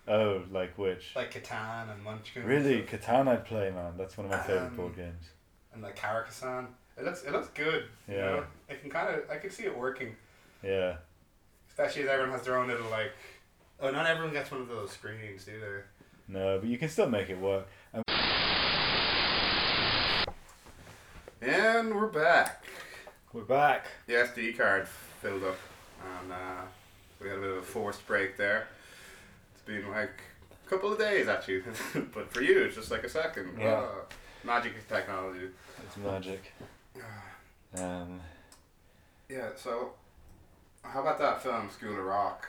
Speaker 2: oh, like which?
Speaker 1: like Catan and Munchkin. and
Speaker 2: really,
Speaker 1: stuff,
Speaker 2: Catan I'd play, man. That's one of my favorite
Speaker 1: Um,
Speaker 2: board games.
Speaker 1: and like Carcassonne. It looks it looks good. You
Speaker 2: Yeah.
Speaker 1: know? I can kind of I can see it working,
Speaker 2: Yeah.
Speaker 1: especially as everyone has their own little like. Oh, not everyone gets one of those screens, do they?
Speaker 2: No, but you can still make it work. And
Speaker 1: And we're back.
Speaker 2: we're back.
Speaker 1: The SD card filled up, and uh, we had a bit of a forced break there. It's been like a couple of days actually, but for you, it's just like a second.
Speaker 2: Yeah.
Speaker 1: Ah, magic technology.
Speaker 2: It's magic. Um,
Speaker 1: Yeah, so how about that film School of Rock?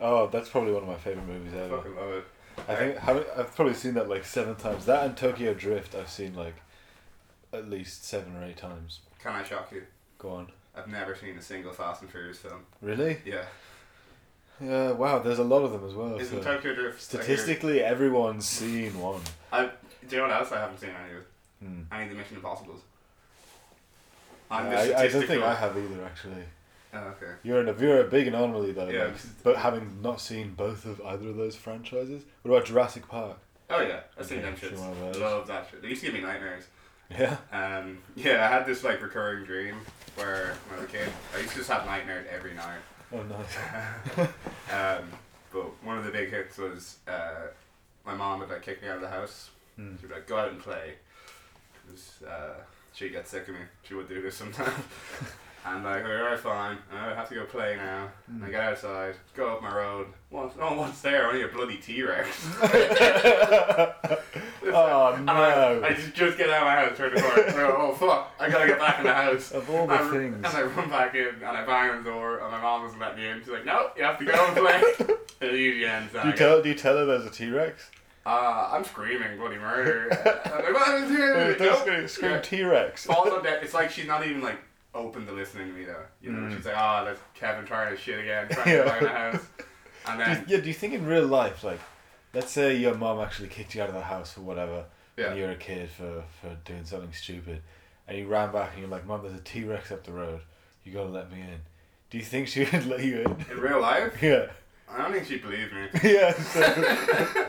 Speaker 2: oh, that's probably one of my favorite movies
Speaker 1: I
Speaker 2: ever.
Speaker 1: fucking love it.
Speaker 2: I think how, I've probably seen that like seven times. That and Tokyo Drift, I've seen like at least seven or eight times.
Speaker 1: Can I shock you?
Speaker 2: Go on.
Speaker 1: I've never seen a single Fast and Furious film.
Speaker 2: Really?
Speaker 1: Yeah.
Speaker 2: Yeah. Wow. There's a lot of them as well.
Speaker 1: Isn't
Speaker 2: so-
Speaker 1: Tokyo Drift
Speaker 2: Statistically, everyone's seen one.
Speaker 1: I, do you know what else I haven't seen any of?
Speaker 2: Hmm.
Speaker 1: Any of the Mission Impossibles.
Speaker 2: I,
Speaker 1: I'm the
Speaker 2: I, don't think
Speaker 1: statistical-
Speaker 2: I have either. Actually,
Speaker 1: Oh, okay.
Speaker 2: you're in a you're a big anomaly though.
Speaker 1: Yeah.
Speaker 2: Like, but having not seen both of either of those franchises, what about Jurassic Park?
Speaker 1: Oh yeah, I've seen
Speaker 2: Okay,
Speaker 1: them
Speaker 2: sure, one of
Speaker 1: shits.
Speaker 2: those.
Speaker 1: Love that shit. They used to give me nightmares.
Speaker 2: Yeah.
Speaker 1: Um, yeah, I had this like recurring dream where when I was a kid, I used to just have nightmares every night.
Speaker 2: Oh nice.
Speaker 1: Um, but one of the big hits was uh, my mom would like kick me out of the house.
Speaker 2: Hmm.
Speaker 1: She'd be like, "Go out and play." 'Cause, uh, she gets sick of me. She would do this sometimes. and like, all right, fine. I have to go play now.
Speaker 2: Hmm.
Speaker 1: And I get outside, go up my road. Once, no one's there. Only a bloody T Rex.
Speaker 2: oh
Speaker 1: And I, I
Speaker 2: no!
Speaker 1: just, just get out of my house, turn the corner. and I go, oh fuck! I gotta get back in the house.
Speaker 2: Of all the
Speaker 1: I,
Speaker 2: things.
Speaker 1: And I run back in and I bang on the door and my mom doesn't let me in. She's like, no, you have to go and play. it usually ends.
Speaker 2: Do you tell Do you tell her there's a T Rex?
Speaker 1: Uh, I'm screaming bloody murder. I'm like, what is
Speaker 2: Oh,
Speaker 1: here?
Speaker 2: don't
Speaker 1: Nope.
Speaker 2: scream-
Speaker 1: Yeah.
Speaker 2: scream T Rex.
Speaker 1: Also, that it's like she's not even like open to listening to me though. You know,
Speaker 2: Mm.
Speaker 1: she's like, oh, that's Kevin trying to shit again, trying to
Speaker 2: Yeah.
Speaker 1: get back in the house. And
Speaker 2: Do you,
Speaker 1: then
Speaker 2: yeah, do you think in real life, like, let's say your mom actually kicked you out of the house for whatever,
Speaker 1: Yeah.
Speaker 2: and you're a kid for, for doing something stupid, and you ran back and you're like, Mom, there's a T Rex up the road. You gotta let me in. Do you think she would let you in?
Speaker 1: in real life,
Speaker 2: yeah,
Speaker 1: I don't think she believed me.
Speaker 2: yeah. So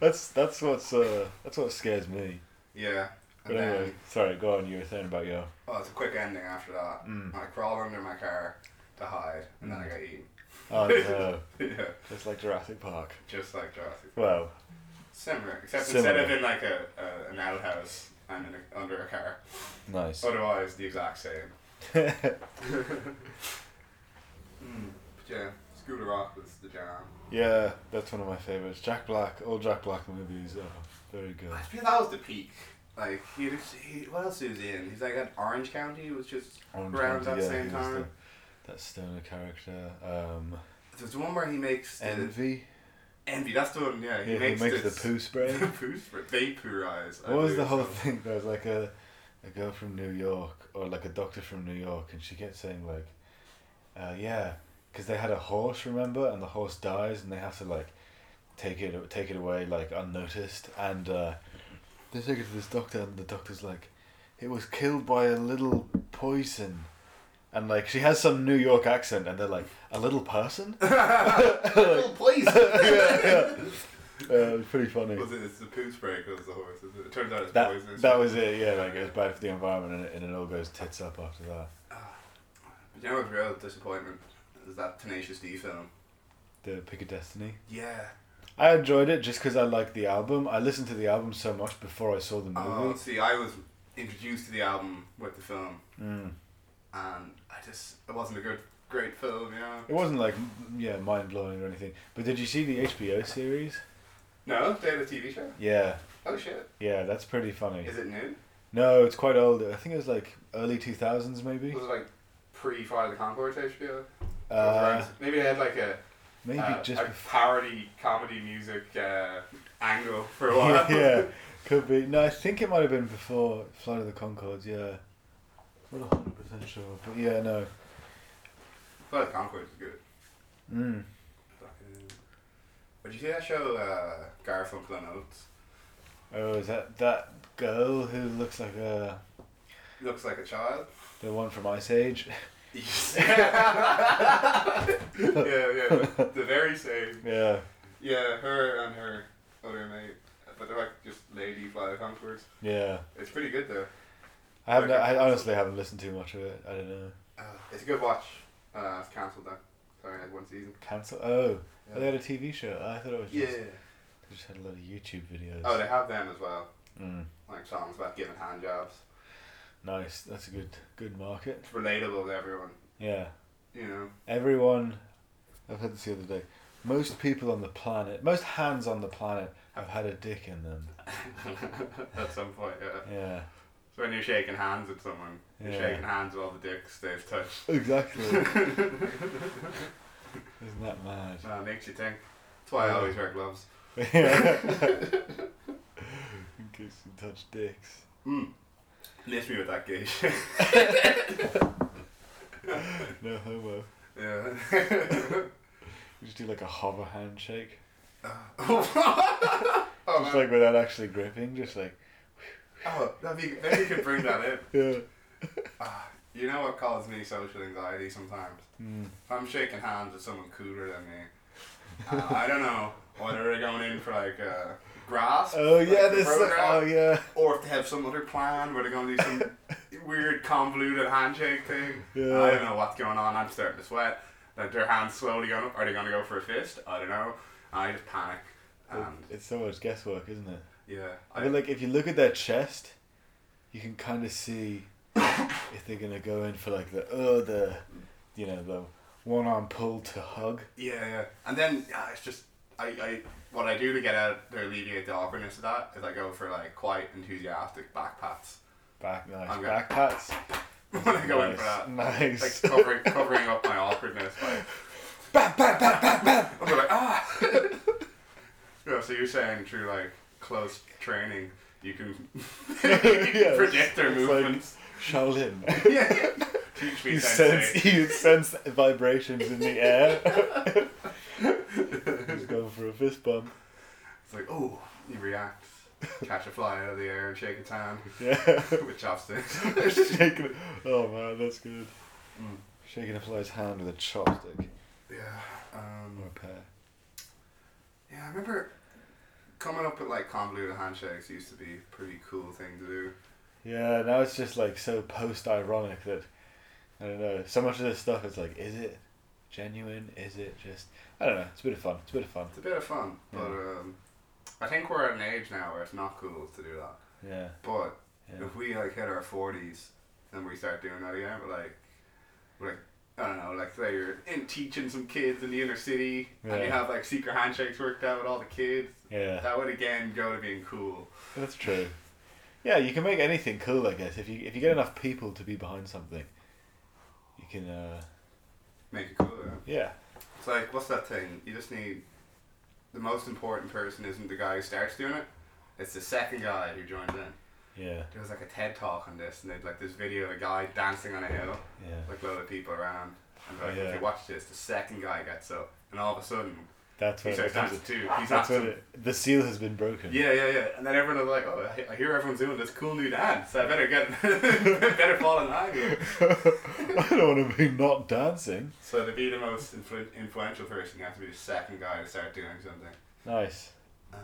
Speaker 2: that's that's what's uh, that's what scares me.
Speaker 1: Yeah.
Speaker 2: But
Speaker 1: And
Speaker 2: anyway,
Speaker 1: then,
Speaker 2: sorry. Go on. You were saying about your.
Speaker 1: oh, it's a quick ending after that.
Speaker 2: Mm.
Speaker 1: I crawled under my car to hide, and then I got eaten.
Speaker 2: Oh no!
Speaker 1: yeah,
Speaker 2: Just like Jurassic Park.
Speaker 1: just like Jurassic.
Speaker 2: Well,
Speaker 1: Similar, except instead of
Speaker 2: Similar.
Speaker 1: in like a, a an outhouse, I'm in a, under a car.
Speaker 2: nice.
Speaker 1: Otherwise, the exact same. Mm. Hmm, But yeah, Scooter Rock was the jam.
Speaker 2: yeah, that's one of my favorites. Jack Black. All Jack Black movies are very good.
Speaker 1: I feel that was the peak. Like he, was- he what else he was in? He's like at Orange County, was just
Speaker 2: Orange
Speaker 1: around
Speaker 2: County,
Speaker 1: that same
Speaker 2: he was
Speaker 1: time.
Speaker 2: the- that stoner character. Um,
Speaker 1: There's one where he makes the,
Speaker 2: Envy.
Speaker 1: envy. That's the one. Yeah,
Speaker 2: Yeah,
Speaker 1: he makes,
Speaker 2: the
Speaker 1: this-
Speaker 2: poo spray.
Speaker 1: the poo spray. Vaporize. I
Speaker 2: what was
Speaker 1: believe
Speaker 2: the
Speaker 1: it's
Speaker 2: whole
Speaker 1: called.
Speaker 2: thing? There was like a, a girl from New York, or like a doctor from New York, and she kept saying like, uh, yeah, because they had a horse, remember, and the horse dies, and they have to like, take it take it away like unnoticed, and uh, they take it to this doctor, and the doctor's like, it was killed by a little poison. And like she has some New York accent, and they're like a little person.
Speaker 1: Little place.
Speaker 2: yeah, yeah. Uh, it was pretty funny.
Speaker 1: Was it? It's the poo spray because the horse. Is it? it turns out it's
Speaker 2: That,
Speaker 1: poisonous.
Speaker 2: that was it, yeah, like it was bad for the environment and it, and it all goes tits up after that.
Speaker 1: You know, a real disappointment is that Tenacious D film.
Speaker 2: The Pick of Destiny.
Speaker 1: Yeah.
Speaker 2: I enjoyed it just because I liked the album. I listened to the album so much before I saw the
Speaker 1: Oh,
Speaker 2: movie.
Speaker 1: see, I was introduced to the album with the film,
Speaker 2: Mm.
Speaker 1: and I just it wasn't a good, great film. You know.
Speaker 2: It wasn't like, m- yeah, mind blowing or anything. But did you see the HBO series?
Speaker 1: No, they had a TV show.
Speaker 2: Yeah,
Speaker 1: Oh shit!
Speaker 2: yeah, that's pretty funny.
Speaker 1: Is it new?
Speaker 2: No, it's quite old. I think it was like early 2000s maybe.
Speaker 1: Was it like pre Flight of the Concords HBO?
Speaker 2: Uh,
Speaker 1: Maybe they had like a
Speaker 2: maybe
Speaker 1: uh,
Speaker 2: just
Speaker 1: a
Speaker 2: before.
Speaker 1: parody comedy music uh, angle for a while.
Speaker 2: Yeah, yeah, could be. No, I think it might have been before Flight of the Concords, yeah. I'm not 100% sure. But yeah, no.
Speaker 1: Flight of the Concords is good.
Speaker 2: Mm.
Speaker 1: Fucking- But you see that show uh, Garfunkel and Oates?
Speaker 2: Oh, is that that girl who looks like a
Speaker 1: Looks like a child.
Speaker 2: the one from Ice Age.
Speaker 1: yeah, yeah, the, the very same.
Speaker 2: yeah,
Speaker 1: Yeah, her and her other mate, but they're like just lady five hunter's.
Speaker 2: yeah.
Speaker 1: It's pretty good though.
Speaker 2: I haven't.
Speaker 1: Okay.
Speaker 2: I honestly haven't listened to much of it. I don't know.
Speaker 1: Uh, it's a good watch. Uh, it's cancelled that. Sorry, like one season.
Speaker 2: Cancel. Oh,
Speaker 1: Yeah.
Speaker 2: oh, they had a TV show. I thought it was
Speaker 1: Yeah.
Speaker 2: just. They just had a lot of YouTube videos.
Speaker 1: Oh, they have them as well.
Speaker 2: Mm,
Speaker 1: Like songs about giving hand jobs.
Speaker 2: nice. That's a good good market.
Speaker 1: It's relatable to everyone.
Speaker 2: Yeah.
Speaker 1: You know.
Speaker 2: Everyone. I've heard this the other day. Most people on the planet, most hands on the planet, have had a dick in them.
Speaker 1: At some point, yeah.
Speaker 2: Yeah.
Speaker 1: So when you're shaking hands with someone, you're
Speaker 2: Yeah.
Speaker 1: shaking hands with all the dicks they've touched.
Speaker 2: Exactly. Isn't that mad?
Speaker 1: Uh, it makes you think. That's why I always wear gloves.
Speaker 2: Yeah. In case you touch dicks.
Speaker 1: Mm.
Speaker 2: Hmm.
Speaker 1: Lift me with that gay shit.
Speaker 2: No homo.
Speaker 1: Yeah.
Speaker 2: You just do like a hover handshake.
Speaker 1: oh,
Speaker 2: just
Speaker 1: man.
Speaker 2: like without actually gripping, just like
Speaker 1: oh, that'd be, maybe you could bring that in.
Speaker 2: yeah.
Speaker 1: You know what causes me social anxiety sometimes?
Speaker 2: Mm.
Speaker 1: If I'm shaking hands with someone cooler than me, uh, I don't know whether they're going in for like a grasp.
Speaker 2: Oh
Speaker 1: like
Speaker 2: yeah,
Speaker 1: the
Speaker 2: this.
Speaker 1: throat grasp,
Speaker 2: Oh yeah.
Speaker 1: Or if they have some other plan where they're going to do some weird convoluted handshake thing.
Speaker 2: Yeah.
Speaker 1: I don't know what's going on. I'm starting to sweat. Like their hands slowly going up. Are they going to go for a fist? I don't know. I just panic. And
Speaker 2: It's so much guesswork, isn't it?
Speaker 1: yeah,
Speaker 2: Oh. I
Speaker 1: I,
Speaker 2: mean, like if you look at their chest, you can kind of see if they're gonna go in for like the oh the, you know the one arm pull to hug.
Speaker 1: yeah, yeah. And then yeah, it's just I, I what I do to get out to alleviate the awkwardness of that is I go for like quite enthusiastic back pats.
Speaker 2: Back nice
Speaker 1: Okay.
Speaker 2: back pats.
Speaker 1: when I go in
Speaker 2: nice.
Speaker 1: for that. Like
Speaker 2: Nice.
Speaker 1: covering covering up my awkwardness by
Speaker 2: Bam, bam, bam, bam, bam.
Speaker 1: I'll be like ah. yeah, so you're saying through like close training you can, you can
Speaker 2: Yes.
Speaker 1: predict their
Speaker 2: It's like-
Speaker 1: movements.
Speaker 2: Shaolin.
Speaker 1: yeah. Teach me
Speaker 2: You
Speaker 1: sensei.
Speaker 2: sense you sense vibrations in the air. Just going for a fist bump.
Speaker 1: It's like oh, you react, catch a fly out of the air and shake its hand
Speaker 2: Yeah.
Speaker 1: with chopsticks.
Speaker 2: Shaking. Oh man, that's good.
Speaker 1: Mm.
Speaker 2: Shaking a fly's hand with a chopstick
Speaker 1: yeah. Um,
Speaker 2: or a pair.
Speaker 1: yeah, I remember coming up with like convoluted handshakes used to be a pretty cool thing to do.
Speaker 2: Yeah, now it's just like so post ironic that I don't know. So much of this stuff is like, is it genuine? Is it just? I don't know. It's a bit of fun. It's a bit of fun.
Speaker 1: It's a bit of fun, but um, I think we're at an age now where it's not cool to do that.
Speaker 2: Yeah.
Speaker 1: But
Speaker 2: Yeah.
Speaker 1: if we like hit our forties and we start doing that again, we're like, we're like, I don't know, like say you're in teaching some kids in the inner city and
Speaker 2: Yeah.
Speaker 1: you have like secret handshakes worked out with all the kids.
Speaker 2: Yeah.
Speaker 1: That would again go to being cool.
Speaker 2: That's true. Yeah, you can make anything cool, I guess. If you if you get enough people to be behind something, you can. uh
Speaker 1: Make it cool. Yeah?
Speaker 2: Yeah.
Speaker 1: It's like what's that thing? You just need the most important person isn't the guy who starts doing it. It's the second guy who joins in.
Speaker 2: Yeah.
Speaker 1: There was like a TED talk on this, and they would like this video of a guy dancing on a hill.
Speaker 2: Yeah.
Speaker 1: like load of people around. And like,
Speaker 2: Yeah.
Speaker 1: if you watch this, the second guy gets up, and all of a sudden
Speaker 2: That's
Speaker 1: he
Speaker 2: what it
Speaker 1: starts dancing
Speaker 2: becomes.
Speaker 1: too. He's
Speaker 2: That's what
Speaker 1: dancing.
Speaker 2: it, the seal has been broken.
Speaker 1: Yeah, yeah, yeah. And then everyone is like, "Oh, I- I hear everyone's doing this cool new dance. I better get, better fall in line here."
Speaker 2: I don't want to be not dancing.
Speaker 1: So to be the most influ- influential person, you have to be the second guy to start doing something.
Speaker 2: Nice.
Speaker 1: Um,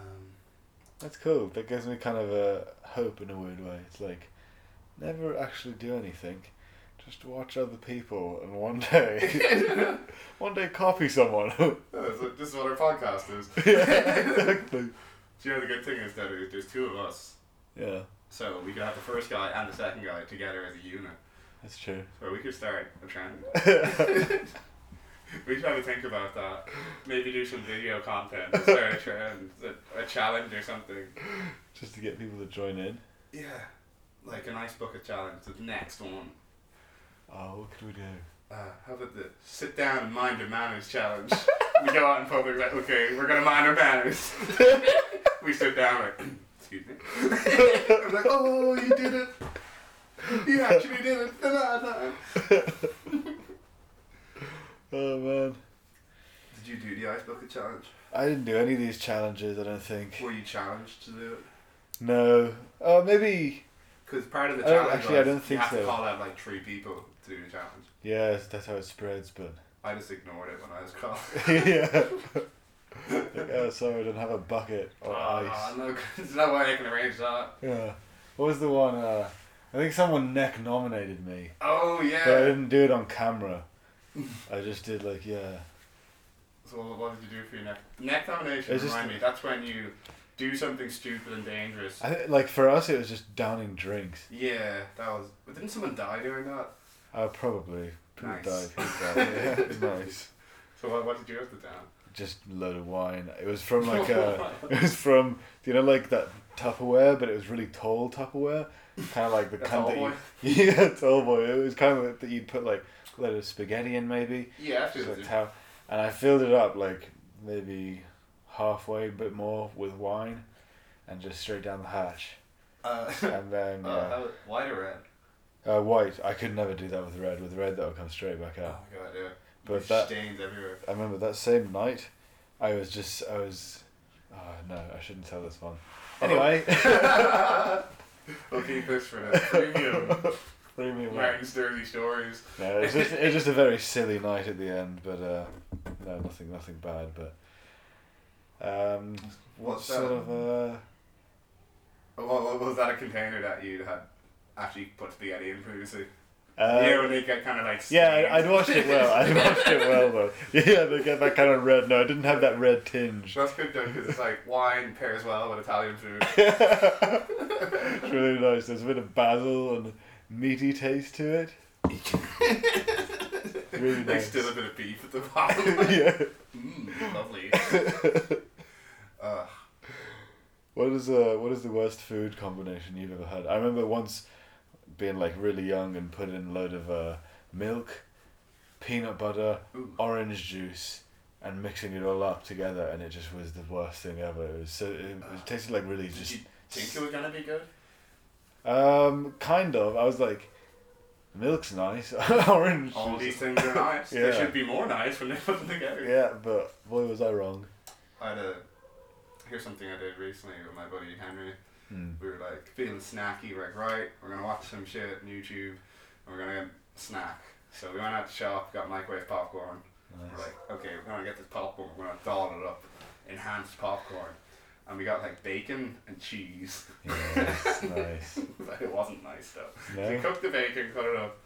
Speaker 2: That's cool. That gives me kind of a hope in a weird way. It's like never actually do anything. Just watch other people and one day one day copy someone.
Speaker 1: this is what- this is what our podcast is.
Speaker 2: yeah, exactly.
Speaker 1: Do you know the good thing is that it- there's two of us,
Speaker 2: Yeah,
Speaker 1: so we can have the first guy and the second guy together as a unit.
Speaker 2: that's true.
Speaker 1: So we could start a trend. we should have to think about that. Maybe do some video content, to start a trend, a, a challenge or something.
Speaker 2: Just to get people to join in.
Speaker 1: Yeah, like an ice bucket challenge. The next one.
Speaker 2: Oh, what can we do?
Speaker 1: Uh, how about the sit down and mind your manners challenge? we go out in public, like, okay, we're gonna mind our manners. we sit down, like, excuse me. I'm like, oh, you did it. You actually did it. No, no.
Speaker 2: Oh man.
Speaker 1: Did you do the ice bucket challenge?
Speaker 2: I didn't do any of these challenges, I don't think.
Speaker 1: Were you challenged to do it?
Speaker 2: No. Oh, maybe.
Speaker 1: Because part of the
Speaker 2: I don't-
Speaker 1: challenge
Speaker 2: actually, I
Speaker 1: was
Speaker 2: don't
Speaker 1: you
Speaker 2: think
Speaker 1: have to
Speaker 2: so.
Speaker 1: call out like three people to do the challenge.
Speaker 2: Yes, that's how it spreads, but.
Speaker 1: I just ignored it when I was called.
Speaker 2: yeah. like, oh, sorry, I don't have a bucket or
Speaker 1: Oh,
Speaker 2: ice.
Speaker 1: no, there's no way I can arrange that.
Speaker 2: Yeah. What was the one? Uh, I think someone neck nominated me,
Speaker 1: Oh yeah.
Speaker 2: but I didn't do it on camera. I just did like yeah.
Speaker 1: So what did you do for your neck? Neck nomination.
Speaker 2: It's just-
Speaker 1: remind me. That's when you do something stupid and dangerous.
Speaker 2: I th- like for us it was just downing drinks.
Speaker 1: yeah, that was. But didn't someone die doing that?
Speaker 2: I would probably people
Speaker 1: Nice.
Speaker 2: died. People died. Yeah, nice.
Speaker 1: So what, what did you have to down?
Speaker 2: Just load of wine. It was from like uh, a. It was from you know like that Tupperware, but it was really tall Tupperware, kind of like the
Speaker 1: That's
Speaker 2: kind
Speaker 1: all
Speaker 2: that you
Speaker 1: boy.
Speaker 2: Yeah, tall boy. It was kind of like that you'd put like a load of spaghetti in, maybe.
Speaker 1: Yeah, after
Speaker 2: Just
Speaker 1: the
Speaker 2: like how, and I filled it up like maybe halfway, a bit more with wine, and just straight down the hatch.
Speaker 1: Uh,
Speaker 2: And then
Speaker 1: oh, that
Speaker 2: uh,
Speaker 1: was white or red?
Speaker 2: uh, white. I could never do that with red. With red, that'll come straight back
Speaker 1: Oh
Speaker 2: up.
Speaker 1: my god, yeah.
Speaker 2: But
Speaker 1: There's
Speaker 2: that-
Speaker 1: stains everywhere.
Speaker 2: I remember that same night, I was just I was. Oh no, I shouldn't tell this one. Anyway,
Speaker 1: We'll keep this for the premium
Speaker 2: leave me alone.
Speaker 1: Martin's Dirty Stories.
Speaker 2: No, it's just it's just a very silly night at the end, but uh, no, nothing nothing bad. But um, what
Speaker 1: What's
Speaker 2: sort
Speaker 1: that?
Speaker 2: of uh,
Speaker 1: What, what was that a container that you had after you put spaghetti in previously?
Speaker 2: uh,
Speaker 1: yeah, when they get kind of like.
Speaker 2: yeah,
Speaker 1: stains.
Speaker 2: I- I'd watched it well. I'd watched it well though. Yeah, they get that kind of red. No, I didn't have that red tinge.
Speaker 1: That's good though, because it's like wine pairs well with Italian food.
Speaker 2: It's really nice. There's a bit of basil and meaty taste to it. really
Speaker 1: Like
Speaker 2: nice.
Speaker 1: still a bit of beef at the bottom.
Speaker 2: yeah.
Speaker 1: mm, lovely. Uh,
Speaker 2: What is uh what is the worst food combination you've ever had? I remember once being like really young and put in a load of uh, milk, peanut butter,
Speaker 1: Ooh.
Speaker 2: orange juice, and mixing it all up together, and it just was the worst thing ever. It was so it, it tasted like really
Speaker 1: did
Speaker 2: just
Speaker 1: you think it was gonna be good?
Speaker 2: um kind of. I was like, milk's nice, orange
Speaker 1: All
Speaker 2: juice.
Speaker 1: these things are nice. They
Speaker 2: Yeah.
Speaker 1: should be more nice when they put them together.
Speaker 2: Yeah, but boy was I wrong.
Speaker 1: I had a here's something I did recently with my buddy Henry.
Speaker 2: Hmm.
Speaker 1: We were like feeling snacky, we're like, right, we're gonna watch some shit on YouTube and we're gonna get a snack. So we went out to shop, got microwave popcorn. We're
Speaker 2: Nice.
Speaker 1: like, okay, we're gonna get this popcorn, we're gonna doll it up. Enhanced popcorn. And we got like bacon and cheese.
Speaker 2: Yes, nice.
Speaker 1: But it wasn't nice though. So we
Speaker 2: No?
Speaker 1: cooked the bacon, cut it up,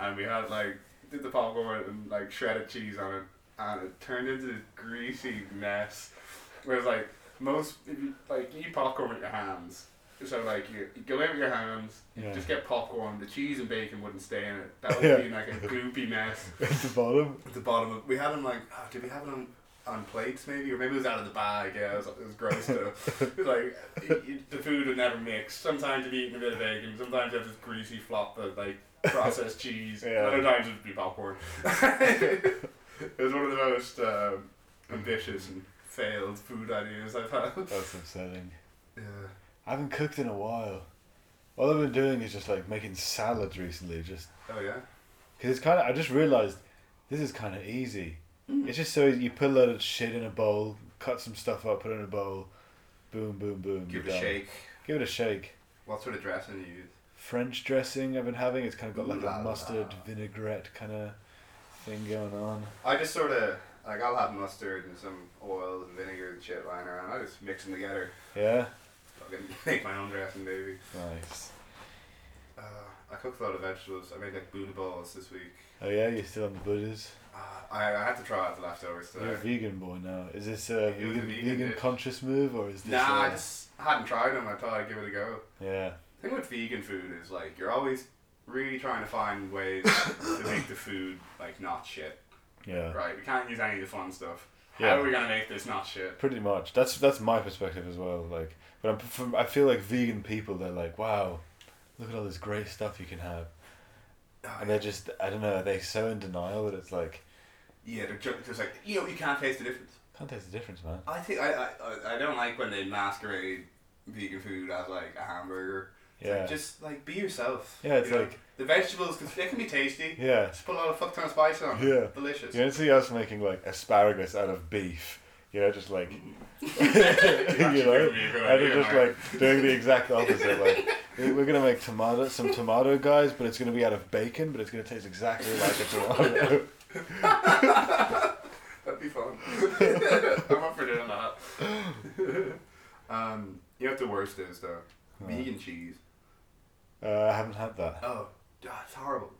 Speaker 1: and we had like did the popcorn and like shredded cheese on it, and it turned into this greasy mess. Whereas like most if you, like you eat popcorn with your hands, so like you, you go out with your hands, you
Speaker 2: Yeah.
Speaker 1: just get popcorn. The cheese and bacon wouldn't stay in it. That would
Speaker 2: Yeah.
Speaker 1: be like a gloopy mess
Speaker 2: At the bottom.
Speaker 1: at the bottom of. We had them like, oh, did we have it on on plates maybe, or maybe it was out of the bag? Yeah, it was, it was gross stuff. It was like y- y- the food would never mix. Sometimes you'd be eating a bit of bacon. Sometimes you have this greasy flop of like processed cheese.
Speaker 2: Yeah.
Speaker 1: Other times it'd be popcorn. it was one of the most um, ambitious and failed food ideas I've had.
Speaker 2: That's upsetting.
Speaker 1: Yeah.
Speaker 2: I haven't cooked in a while. All I've been doing is just like making salads recently, just
Speaker 1: Oh yeah.
Speaker 2: because it's kind of. I just realized this is kind of easy. It's just so easy. you put a load of shit in a bowl, cut some stuff up, put it in a bowl, boom, boom, boom.
Speaker 1: Give it
Speaker 2: you're
Speaker 1: a
Speaker 2: done.
Speaker 1: shake.
Speaker 2: Give it a shake.
Speaker 1: What sort of dressing do you use?
Speaker 2: French dressing I've been having. It's kind of got like
Speaker 1: Ooh la
Speaker 2: a
Speaker 1: la.
Speaker 2: mustard vinaigrette kind of thing going on.
Speaker 1: I just sort of like I'll have mustard and some oil and vinegar and shit lying around. I just mix them together.
Speaker 2: Yeah,
Speaker 1: Fucking make my own dressing, baby.
Speaker 2: nice.
Speaker 1: Uh, I cooked a lot of vegetables. I made like Buddha balls this week.
Speaker 2: Oh yeah, you're still on the Buddhas.
Speaker 1: Uh, I, I had to try out the leftovers
Speaker 2: You're a
Speaker 1: today.
Speaker 2: vegan boy now. Is this a
Speaker 1: It was a
Speaker 2: vegan,
Speaker 1: vegan
Speaker 2: vegan
Speaker 1: dish.
Speaker 2: conscious move or is this?
Speaker 1: Nah, I
Speaker 2: uh,
Speaker 1: just hadn't tried them. I thought I'd give it a go.
Speaker 2: yeah.
Speaker 1: The thing with vegan food is like you're always really trying to find ways to make the food like not shit.
Speaker 2: Yeah.
Speaker 1: Right? We can't use any of the fun stuff.
Speaker 2: Yeah.
Speaker 1: How are we gonna make this not shit?
Speaker 2: Pretty much. That's that's my perspective as well. Like, but I'm from, I feel like vegan people. They're like, wow, look at all this great stuff you can have,
Speaker 1: Uh,
Speaker 2: and they're just I don't know. Are they so in denial that it's like
Speaker 1: Yeah, they're ju- just like you know you can't taste the difference.
Speaker 2: can't taste the difference, man.
Speaker 1: I think I, I I- I don't like when they masquerade vegan food as like a hamburger. It's
Speaker 2: Yeah.
Speaker 1: Like, just like be yourself.
Speaker 2: Yeah, it's
Speaker 1: you know?
Speaker 2: like-
Speaker 1: the vegetables. 'cause they can be tasty.
Speaker 2: Yeah.
Speaker 1: Just put a lot of fuck ton of spice on.
Speaker 2: Yeah.
Speaker 1: Delicious.
Speaker 2: You don't see us making like asparagus out of beef. You know, just like
Speaker 1: Actually,
Speaker 2: you know,
Speaker 1: would be a good
Speaker 2: and
Speaker 1: idea,
Speaker 2: they're just
Speaker 1: Mike.
Speaker 2: like doing the exact opposite. Like we- we're gonna make tomato some tomato guys, but it's gonna be out of bacon, but it's gonna taste exactly like a tomato.
Speaker 1: That'd be fun. I'm up for doing that. um, you have to worst those though. Vegan cheese.
Speaker 2: Uh, I haven't had that.
Speaker 1: Oh, God, it's horrible.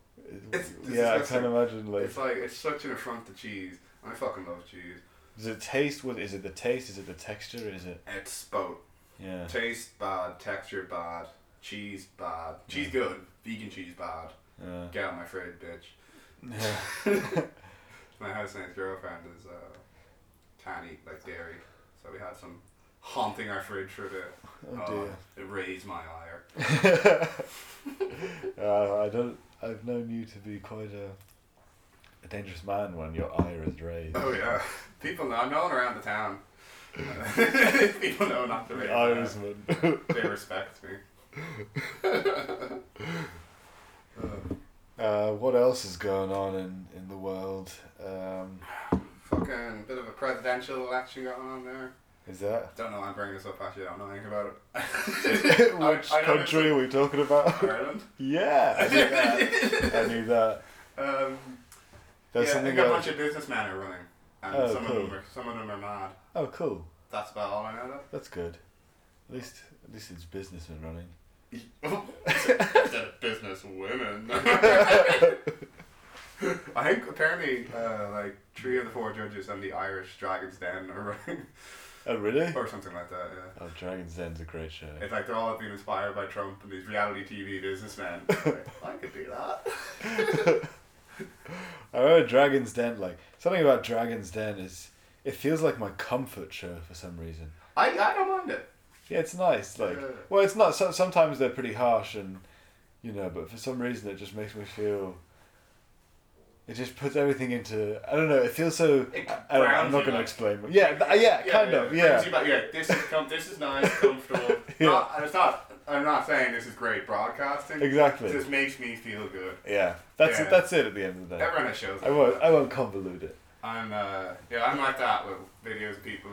Speaker 1: It's- it's
Speaker 2: yeah, I
Speaker 1: disgusting.
Speaker 2: can't imagine. Like,
Speaker 1: It's like it's such an affront to cheese. I fucking love cheese.
Speaker 2: does it taste? What is it? The taste? Is it the texture? Is it?
Speaker 1: It's both
Speaker 2: Yeah.
Speaker 1: taste bad, texture bad, cheese bad, cheese good, vegan cheese bad.
Speaker 2: Uh,
Speaker 1: Get out of my fridge, bitch.
Speaker 2: yeah.
Speaker 1: My housemate's girlfriend is uh, can't eat like dairy, so we had some haunting our fridge for a bit. Um,
Speaker 2: Oh dear.
Speaker 1: it raised my ire.
Speaker 2: uh, I don't. I've known you to be quite a, a dangerous man when your ire is raised.
Speaker 1: Oh yeah, people know. I'm known around the town. people know not to raise.
Speaker 2: The
Speaker 1: my ire.
Speaker 2: Irishman.
Speaker 1: They respect me.
Speaker 2: Uh, what else is going on in, in the world? Um,
Speaker 1: Fucking bit of a presidential election going on there.
Speaker 2: is that
Speaker 1: Don't know why I'm bringing this up actually. I don't know anything about it.
Speaker 2: which
Speaker 1: I know
Speaker 2: country are we talking about?
Speaker 1: Ireland.
Speaker 2: yeah, I knew that. I knew that.
Speaker 1: Um,
Speaker 2: There's
Speaker 1: yeah, I
Speaker 2: something
Speaker 1: think a
Speaker 2: about.
Speaker 1: bunch of businessmen are running, and
Speaker 2: Oh,
Speaker 1: some
Speaker 2: cool.
Speaker 1: of them are some of them are mad.
Speaker 2: Oh, cool.
Speaker 1: That's about all I know. Though.
Speaker 2: That's good. At least, at least it's businessman running.
Speaker 1: Instead of business women. I think apparently uh, like three of the four judges on the Irish Dragons Den are running
Speaker 2: Oh, really?
Speaker 1: or something like that. Yeah.
Speaker 2: Oh, Dragon's Den's a great show.
Speaker 1: It's like they're all being inspired by Trump and these reality TV businessmen. Like, I could do that.
Speaker 2: I remember Dragon's Den, like, something about Dragon's Den is, it feels like my comfort show for some reason.
Speaker 1: I, I don't mind it.
Speaker 2: Yeah, it's nice. Like,
Speaker 1: Yeah.
Speaker 2: well, it's not, so, sometimes they're pretty harsh and, you know, but for some reason it just makes me feel, it just puts everything into, I don't know, it feels so,
Speaker 1: It
Speaker 2: I don't know, I'm
Speaker 1: grounds
Speaker 2: not
Speaker 1: you,
Speaker 2: going to
Speaker 1: like-
Speaker 2: explain. but- Yeah, th- yeah, kind of,
Speaker 1: it brings
Speaker 2: yeah.
Speaker 1: you back- yeah, this is com- this is nice, comfortable.
Speaker 2: Yeah.
Speaker 1: Not- and it's not. I'm not saying this is great broadcasting. It
Speaker 2: Exactly.
Speaker 1: just makes me feel good.
Speaker 2: Yeah, that's,
Speaker 1: Yeah.
Speaker 2: It, that's it at the end of the day.
Speaker 1: Everyone has shows.
Speaker 2: I won't, I won't convolute it.
Speaker 1: I'm uh, yeah, I'm like that with videos of people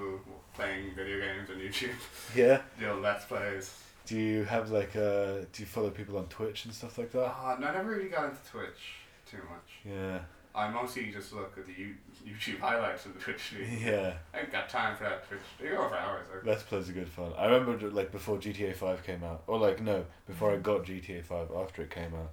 Speaker 1: playing video games on YouTube.
Speaker 2: Yeah?
Speaker 1: you know, let's plays.
Speaker 2: Do you have, like, uh, do you follow people on Twitch and stuff like that?
Speaker 1: Uh, no, I never really got into Twitch too much.
Speaker 2: Yeah,
Speaker 1: I mostly just look at the U- YouTube highlights of the Twitch feed.
Speaker 2: yeah.
Speaker 1: I ain't got time for that Twitch. They go for hours. I-
Speaker 2: Let's plays are good fun. I remember like before GTA Five came out, or like no, before I got GTA Five, after it came out,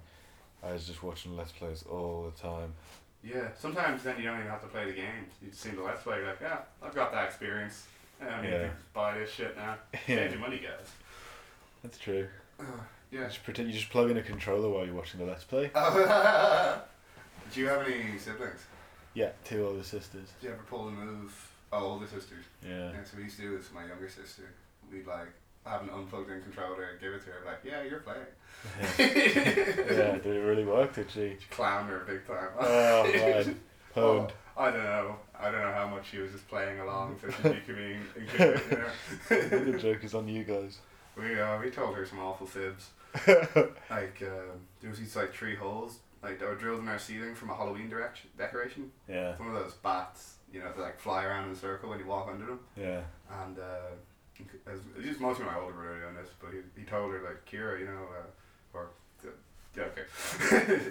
Speaker 2: I was just watching Let's Plays all the time.
Speaker 1: Yeah, sometimes then you don't even have to play the games. You just seem to let's play. Like, yeah, I've got that experience. I don't need to
Speaker 2: Yeah.
Speaker 1: buy this shit now. Save
Speaker 2: Yeah,
Speaker 1: your money, guys.
Speaker 2: that's true. You
Speaker 1: Yeah.
Speaker 2: just pretend you just plug in a controller while you're watching the Let's Play.
Speaker 1: Do you have any siblings?
Speaker 2: Yeah, two older sisters.
Speaker 1: Did you ever pull the move? Oh, older sisters.
Speaker 2: Yeah.
Speaker 1: And so we used to do this with my younger sister. We'd like have an unplugged in controller and give it to her. Like, yeah, you're playing.
Speaker 2: yeah, did it really work? Did she?
Speaker 1: Clown her big time.
Speaker 2: Oh man, honed.
Speaker 1: I don't know. I don't know how much she was just playing along to the being included. You know?
Speaker 2: the joke is on you guys.
Speaker 1: We uh, we told her some awful fibs. like um, there was these like three holes like that were drilled in our ceiling from a Halloween direction decoration.
Speaker 2: Yeah,
Speaker 1: One of those bats, you know, that like fly around in a circle when you walk under them.
Speaker 2: yeah.
Speaker 1: And uh, as, it was mostly my older brother on this, but he, he told her like, Kira, you know, uh, or uh, yeah, okay,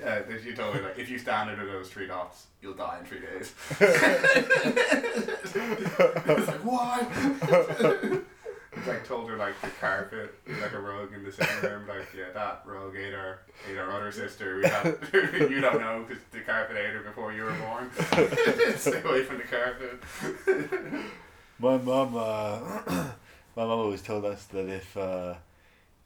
Speaker 1: uh, that he told her like, if you stand under those three dots, you'll die in three days. it's like why? like told her like the carpet, like a rug in the sitting room, like yeah, that rug ate our ate our other sister. We don't, you don't know because the carpet ate her before you were born. Stay away from the carpet.
Speaker 2: My mum, uh, my mum always told us that if uh,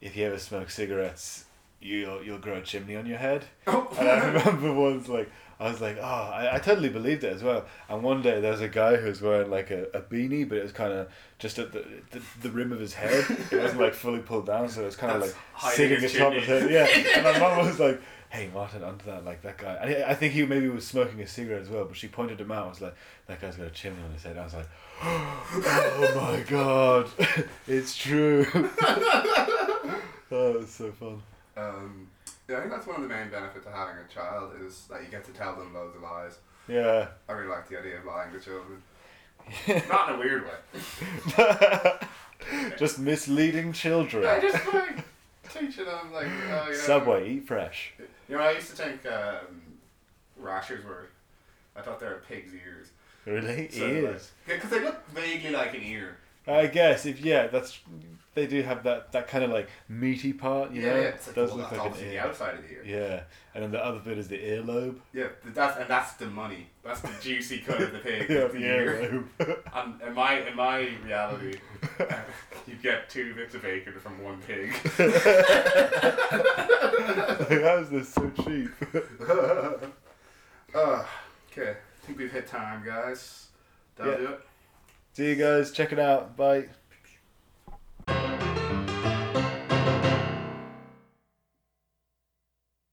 Speaker 2: if you ever smoke cigarettes, you'll you'll grow a chimney on your head. And I remember once, like I was like, oh, I, I totally believed it as well. And one day there was a guy who was wearing like a, a beanie, but it was kind of just at the, the the rim of his head. It wasn't like fully pulled down, so it was kind of
Speaker 1: That's
Speaker 2: like
Speaker 1: hiding
Speaker 2: sitting
Speaker 1: his
Speaker 2: atop his head.
Speaker 1: chimney.
Speaker 2: Yeah. And my mum was like. Hey Martin, under that, like that guy. And I I think he maybe was smoking a cigarette as well, but she pointed him out. and was like, "That guy's got a chimney on his head." I was like, oh my god, it's true. oh, it's so fun.
Speaker 1: Um, yeah, I think that's one of the main benefits of having a child is that you get to tell them loads of lies.
Speaker 2: Yeah,
Speaker 1: I really like the idea of lying to children. Not in a weird way.
Speaker 2: Just misleading children.
Speaker 1: I just like teaching them like uh, you know,
Speaker 2: Subway, eat fresh.
Speaker 1: You know, I used to think um, rashers were. I thought they were pig's ears.
Speaker 2: Really?
Speaker 1: So,
Speaker 2: Ears.
Speaker 1: Because they look vaguely like an ear.
Speaker 2: I guess if yeah, that's they do have that that kind of like meaty part, you
Speaker 1: yeah,
Speaker 2: know.
Speaker 1: yeah, it's like,
Speaker 2: it does
Speaker 1: well,
Speaker 2: look
Speaker 1: that's
Speaker 2: like an
Speaker 1: obviously the
Speaker 2: ear.
Speaker 1: outside of the ear.
Speaker 2: Yeah, and then the other bit is the earlobe.
Speaker 1: Yeah, but that's and that's the money. That's the juicy cut of Oh, the pig.
Speaker 2: yeah,
Speaker 1: is
Speaker 2: the
Speaker 1: the ear.
Speaker 2: earlobe.
Speaker 1: And in my in my reality, you get two bits of bacon from one pig.
Speaker 2: Like, How is this so cheap?
Speaker 1: uh, okay, I think we've hit time, guys. That'll
Speaker 2: Yeah.
Speaker 1: do it.
Speaker 2: See you guys. Check it out. Bye.